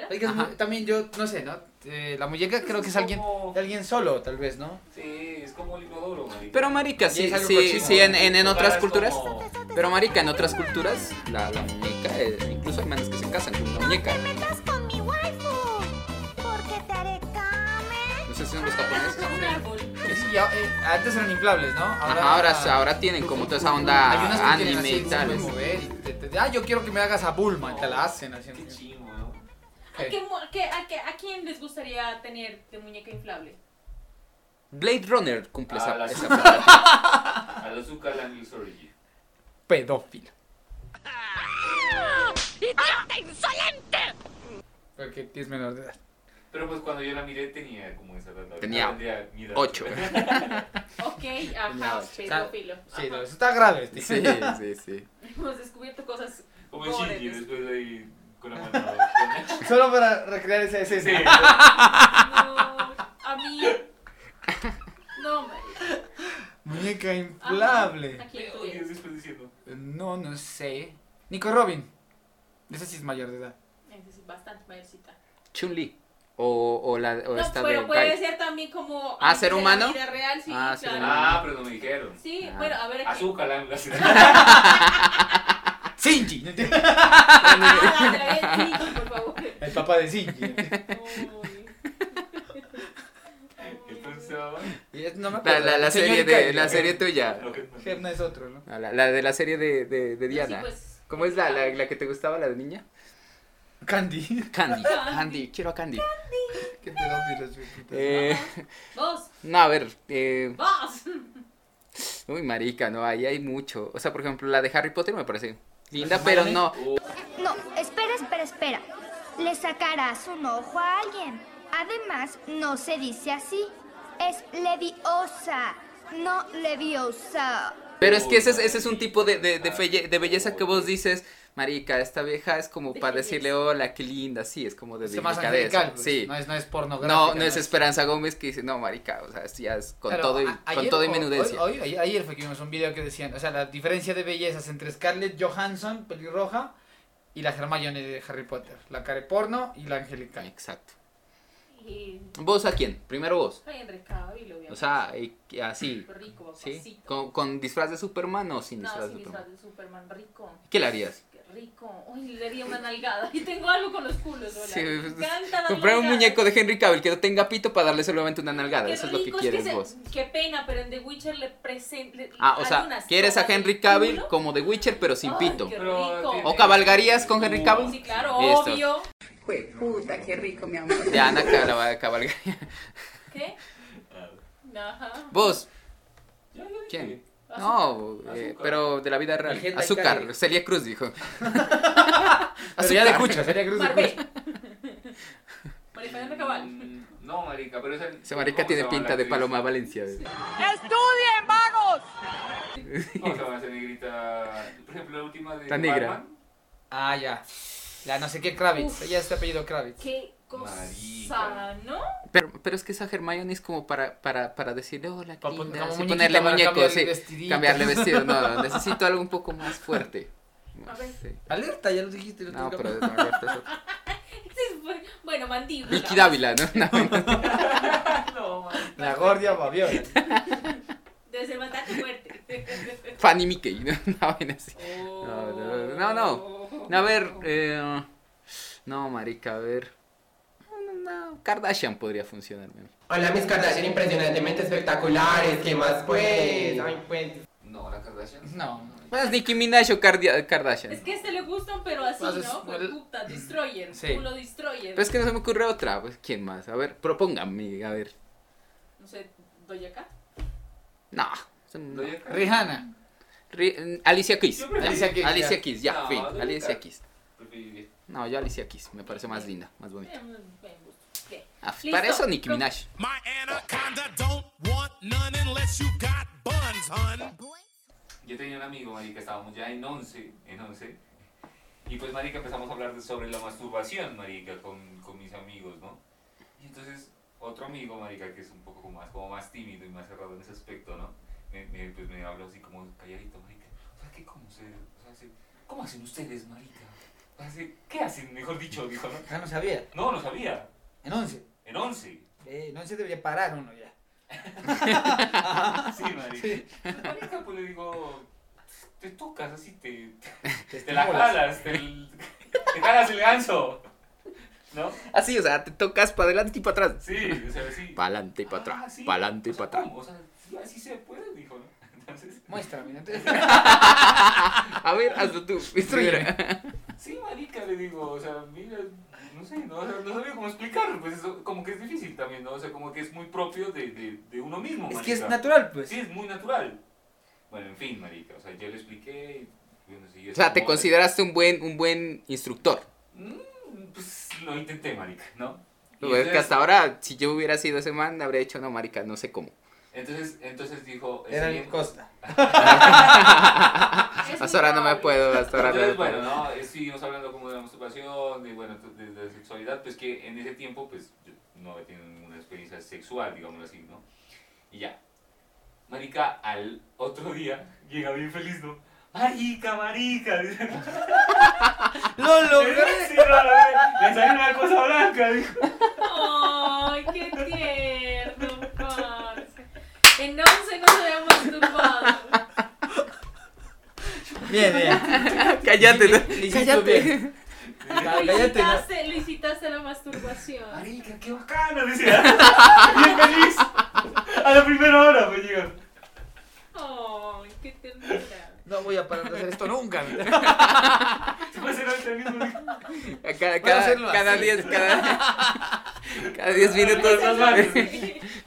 S2: Oiga, es muy- también yo, no sé, ¿no? Eh, la muñeca creo que es alguien, de alguien solo, tal vez, ¿no?
S3: Sí, es como el inodoro, marica.
S4: Pero marica,
S2: Y
S4: sí,
S2: es algo
S4: sí,
S2: cochino.
S4: sí, en, en- en
S2: Tocar
S4: otras
S2: es
S4: culturas.
S2: como-
S4: Pero marica, en otras culturas, la, la muñeca, eh, incluso hay manes que se casan con una muñeca.
S12: metas con mi waifu, porque te haré kame.
S4: No sé si son los japoneses.
S12: Un árbol.
S2: Sí, ya, eh, antes eran inflables, ¿no?
S4: Ajá, ahora, ahora tienen como toda esa
S2: Hay unas que
S4: onda
S2: tienen
S4: anime
S2: así,
S4: y tal.
S2: puedes mover y te- te- ah, yo quiero que me hagas a Bulma, y te la hacen así. Qué
S1: ¿A, qué mu- qué- a qué- a quién les gustaría tener de muñeca inflable?
S4: Blade Runner cumple
S2: Ah,
S3: A
S4: esa,
S3: la
S4: esa
S3: Ah, azúcar.
S4: parte.
S3: A la azúcar, la Angus Orgy.
S2: Pedófilo.
S12: ¡Idiota insolente!
S2: Porque es menor de edad.
S3: Pero pues cuando yo la miré tenía como esa edad.
S2: Tenía
S3: Ahora ya mi edad.
S2: ocho.
S1: Ok,
S2: Tenía
S1: ajá,
S2: ocho.
S1: pedófilo.
S2: Sí, no, eso está grave. este tío.
S4: Sí, sí, sí.
S1: Hemos descubierto cosas.
S3: Como
S1: gore.
S3: Shinji después ahí con la mano.
S2: Solo para recrear esa
S3: Sí.
S2: escena.
S1: A mí. No, me.
S2: Muñeca inflable.
S1: Ajá, ¿a quién
S3: Oye,
S1: tuvieras?
S3: después diciendo.
S2: No, no sé. Nico Robin. Esa sí es mayor de edad.
S1: Esa Es bastante mayorcita.
S4: Chun-Li. O, o la o
S1: No,
S4: esta
S1: pero
S4: de
S1: puede
S4: Guy.
S1: ser también como.
S4: Ah, ¿ser
S1: en la
S4: humano?
S1: vida real, sí,
S4: Ah, ser
S1: claro.
S4: humano.
S3: Ah, pero no me dijeron.
S1: Sí,
S4: Ah.
S1: bueno, a ver. aquí-
S3: Azúcar, la Angus.
S2: Shinji.
S1: Ah, la de Shinji, por favor.
S2: El papá de Shinji. Y es- no me
S4: La,
S2: acuerdo.
S4: la, la
S2: Señor
S4: serie de
S2: Ikari.
S4: la serie tuya.
S2: Gemna es otro, ¿no?
S4: No, La, la de la serie de, de, de Diana.
S2: pues.
S4: ¿Cómo es la, la, la que te gustaba, la de niña?
S2: Candy.
S4: Candy. Candy. Quiero a Candy.
S2: Qué pedófilos, güey.
S4: Eh,
S1: Vos.
S4: no, a ver. Eh,
S1: Vos.
S4: uy, marica, no, ahí hay mucho. O sea, por ejemplo, la de Harry Potter me parece linda, pero no.
S15: No, espera, espera, espera. Le sacarás un ojo a alguien. Además, no se dice así. Es leviosa, no leviosa.
S4: Pero es que ese es, ese es un tipo de, de, de, felle- de belleza que vos dices, marica, esta vieja es como para decirle, hola, qué linda, sí, es como de
S2: Es más
S4: delicadeza,
S2: angelical, pues,
S4: sí.
S2: No es, no es pornográfica.
S4: No, no es Esperanza Gómez que dice, no, marica, o sea, sí, ya es con
S2: Claro,
S4: todo y,
S2: a-
S4: con
S2: ayer
S4: todo y
S2: o-
S4: menudencia.
S2: Hoy, hoy- ayer fue que vimos un video que decían, o sea, la diferencia de bellezas entre Scarlett Johansson, pelirroja, y la Hermione de Harry Potter. La care porno y la angelical.
S4: Exacto.
S1: Y.
S4: ¿Vos a quién? Primero vos.
S1: Ay, Henry Cavill, obviamente.
S4: O sea, y- y así.
S1: Rico,
S4: ¿Sí?
S1: papacito.
S4: ¿Con, con disfraz de Superman o sin
S1: No,
S4: disfraz
S1: sin
S4: de
S1: disfraz
S4: Superman?
S1: de Superman, rico.
S4: ¿Qué le harías?
S1: Qué rico. Uy, le di una nalgada. Y tengo algo con los culos, hola.
S4: Sí,
S1: Me
S4: pues,
S1: encanta dar
S4: comprar un
S1: nalgadas.
S4: muñeco de Henry Cavill que no tenga pito para darle solamente una nalgada.
S1: Qué
S4: Eso es lo que
S1: rico,
S4: quieres
S1: se-
S4: vos.
S1: Qué pena, pero en The Witcher le presento.
S4: Ah, o sea, quieres a Henry Cavill como The Witcher, pero sin
S1: Ay,
S4: pito.
S1: qué rico.
S4: ¿O cabalgarías con Henry Cavill?
S1: Sí, claro,
S4: Listo.
S1: obvio.
S16: Jue puta, qué rico, mi amor.
S4: De Ana Cabal- Cabalga.
S1: ¿Qué?
S4: Ah.
S1: Ajá.
S4: ¿Vos? ¿Quién? No, eh, pero de la vida real.
S1: Vegeta y
S4: Azúcar,
S1: Cali.
S4: Celia Cruz dijo.
S2: Pero ya de cucha, Celia Cruz de
S1: Marbella. Mariposa Cabal.
S3: Mm, No, marica, pero es el...
S4: Ese marica
S3: ¿cómo
S4: tiene
S3: se llama
S4: pinta
S3: la
S4: de
S3: actriz?
S4: Paloma Valencia.
S12: ¡Estudien, vagos!
S3: ¿Cómo se llama esa negrita? Por ejemplo, la última de
S2: La negra.
S3: Batman.
S2: Ah, ya. La no sé qué Kravitz.
S1: Uf.
S2: Ella está apellido Kravitz.
S1: Qué cosa, ¿no?
S4: Pero, pero es que esa Hermione es como para, para, para decirle hola, qué
S2: pon-
S4: linda",
S2: como
S4: así,
S2: muñequita
S4: ponerle
S2: para
S4: muñeco,
S2: cambiarle
S4: sí,
S2: vestidito.
S4: cambiarle vestido. No, necesito algo un poco más fuerte.
S1: A ver.
S4: Sí.
S2: Alerta, ya lo dijiste.
S4: No, pero no, alerta es otra.
S1: Sí, fue- Bueno, mandíbula.
S4: Vicky Dávila, ¿no? No,
S1: No, man.
S2: La gordia babiola.
S1: Debe ser bastante fuerte. Oh.
S4: Fanny Mickey, ¿no? Una vaina así. No, no, no, no. No, A ver, eh, no, marica, a ver. No, no, no. Kardashian podría funcionar. ¿no?
S17: Hola, mis Kardashian impresionantemente espectaculares. ¿Qué más pues? Ay, pues.
S3: No, la Kardashian.
S2: No.
S4: Más Nicki Minaj o Cardia- Kardashian.
S1: Es que a este le gustan, pero así,
S2: Haces-
S1: ¿no? Fue puta, Destroyer,
S4: Sí.
S1: culo Destroyer.
S4: Pero es que no se me ocurre otra. Pues, ¿Quién más? A ver, propóngame, a ver.
S1: No sé, doy acá.
S4: No. eso no.
S2: Rihanna.
S4: Ri- mm, Alicia Keys.
S2: Yo prefiero- Alicia Keys,
S4: Alicia
S2: ya.
S4: Keys, ya,
S2: No,
S4: fin.
S2: Doja
S4: Alicia
S2: Cat.
S4: Keys. No, yo Alicia Keys. Me parece más linda, más bonita.
S1: Eh, mm, ven, gusto. ¿Qué?
S4: Ah,
S1: Listo.
S4: para eso Nicki Minaj.
S8: My anaconda don't want none unless you got buns, hun.
S3: Yo tenía un amigo, marica, estábamos ya en 11, en 11, y pues, marica, empezamos a hablar de- sobre la masturbación, marica, con, con mis amigos, ¿no? Y entonces, otro amigo, marica, que es un poco como más, como más tímido y más cerrado en ese aspecto, ¿no? Me, me- pues me habló así como calladito, marica, o sea, ¿qué, cómo, se, o sea, se- ¿cómo hacen ustedes, marica? O sea, se- ¿Qué hacen, mejor dicho, dijo, no?
S2: Ya Ah, no sabía.
S3: No, no sabía,
S2: En 11.
S3: en 11.
S2: Eh, en 11 debería parar uno ya.
S3: Sí, marica. Entonces, marica, pues le digo, te tocas así, te, te, la
S4: estimulas.
S3: jalas, te, te jalas el ganso. ¿No?
S4: Así, Ah, o sea, te tocas para adelante y para atrás.
S3: Sí, o sea, sí.
S4: Para adelante y para atrás.
S3: Ah, sí.
S4: Para adelante y
S3: O sea,
S4: para atrás.
S3: ¿cómo? O sea, sí, así se puede, dijo, ¿no? Entonces,
S2: Muéstrame. ¿no?
S4: a ver, hazlo tú. Instruyera.
S3: sí, marica, le digo, o sea, mira, no sé, no, o sea, no sabía cómo explicarlo, pues eso como que es difícil también, ¿no? O sea, como que es muy propio de, de, de uno mismo,
S2: Es
S3: marica.
S2: que es natural, pues.
S3: Sí, es muy natural. Bueno, en fin, marica, o sea, yo le expliqué, y, bueno, sí,
S4: O
S3: es
S4: sea, te
S3: como-
S4: consideraste un buen, un buen instructor.
S3: Mm, Pues lo intenté, marica, ¿no? Y
S4: Lo Pues, es que
S3: entonces-
S4: hasta ahora, si yo hubiera sido ese man, habría dicho, no, marica, no sé cómo.
S3: Entonces, entonces dijo...
S2: Era
S3: sí,
S2: el Costa.
S4: hasta ahora no me puedo, hasta ahora no me
S3: Entonces, bueno,
S4: puedo.
S3: ¿no? Eh, Seguimos hablando como de la masturbación, de, bueno, de, de sexualidad, pues que en ese tiempo, pues, yo no he tenido ninguna experiencia sexual, digámoslo así, ¿no? Y ya. Marica, al otro día, llega bien feliz, ¿no? Marica, marica. dice.
S2: Ah, ¡Lo
S12: logré!
S3: Sí, lo logré. Le salió una cosa blanca, dijo.
S1: Ay, qué tierno, parce. En 11 no se había masturbado.
S2: Bien, bien.
S4: Cállate,
S2: Le- le hiciste
S4: cállate.
S2: bien.
S1: Lo
S2: Cállate. ¿no?
S1: incitaste, lo incitaste a la masturbación.
S3: Marica, qué bacano, decía. Bien feliz. A la primera hora, pues, llega.
S1: Ay, qué ternura.
S2: No voy a parar de hacer esto nunca.
S3: Se puede hacer ahorita mismo, dijo.
S4: Cada,
S2: Voy a
S4: cada,
S2: hacerlo
S4: cada
S2: así.
S4: 10 cada, cada 10 minutos.
S2: Esas manos.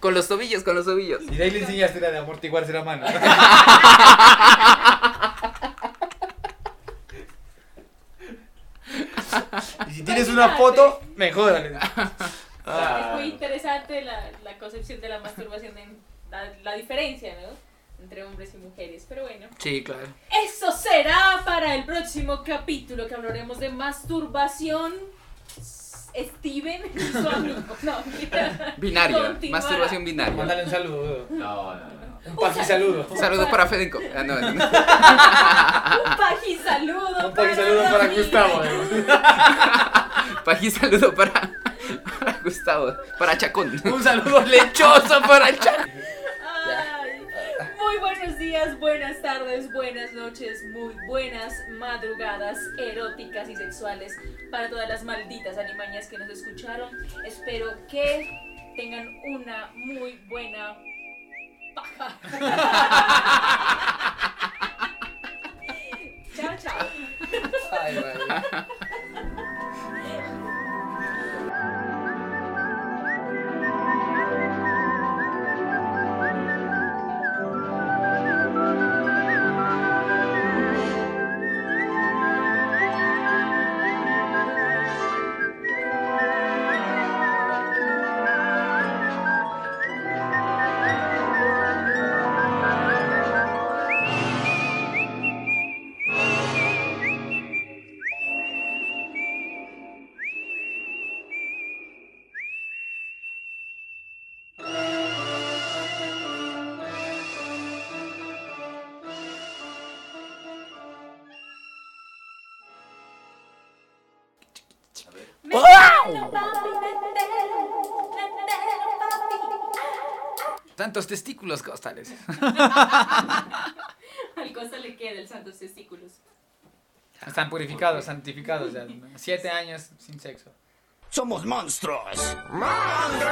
S4: con los tobillos, con los tobillos.
S2: Y de ahí le enseñaste la de amortiguarse la mano. y si tienes una foto, mejora. le dices.
S1: Es
S3: Ah,
S1: muy interesante la, la concepción de la masturbación, en, la, la diferencia, ¿no? Entre hombres y mujeres, pero bueno.
S2: Sí, claro.
S1: Eso será para el próximo capítulo que hablaremos de masturbación. Steven y su amigo. No, mentira.
S4: Binario,
S1: Continuará.
S4: masturbación binaria.
S2: Mándale un saludo.
S3: No, no, no.
S2: Un paji saludo.
S4: Un saludo para Fedenco. Ah, no, no, no.
S1: Un paji saludo.
S2: Ah, Un paji saludo para
S1: David.
S2: Gustavo. ¿eh?
S3: eh.
S4: Paji, saludo para, para Gustavo, para Chacón.
S2: Un saludo lechoso
S4: para el Chacón.
S1: Ay, Muy buenos días, buenas tardes, buenas noches, muy buenas madrugadas eróticas y sexuales para todas las malditas animañas que nos escucharon. Espero que tengan una muy buena paja. chao, chao.
S2: Ay, madre. Tantos testículos costales.
S1: Al costo le queda el santos testículos.
S2: Están purificados, santificados ya. ¿no? Siete años sin sexo.
S5: Somos monstruos.
S18: Somos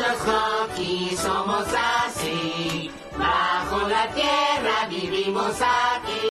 S18: los Hoki, somos así. Bajo la tierra vivimos aquí.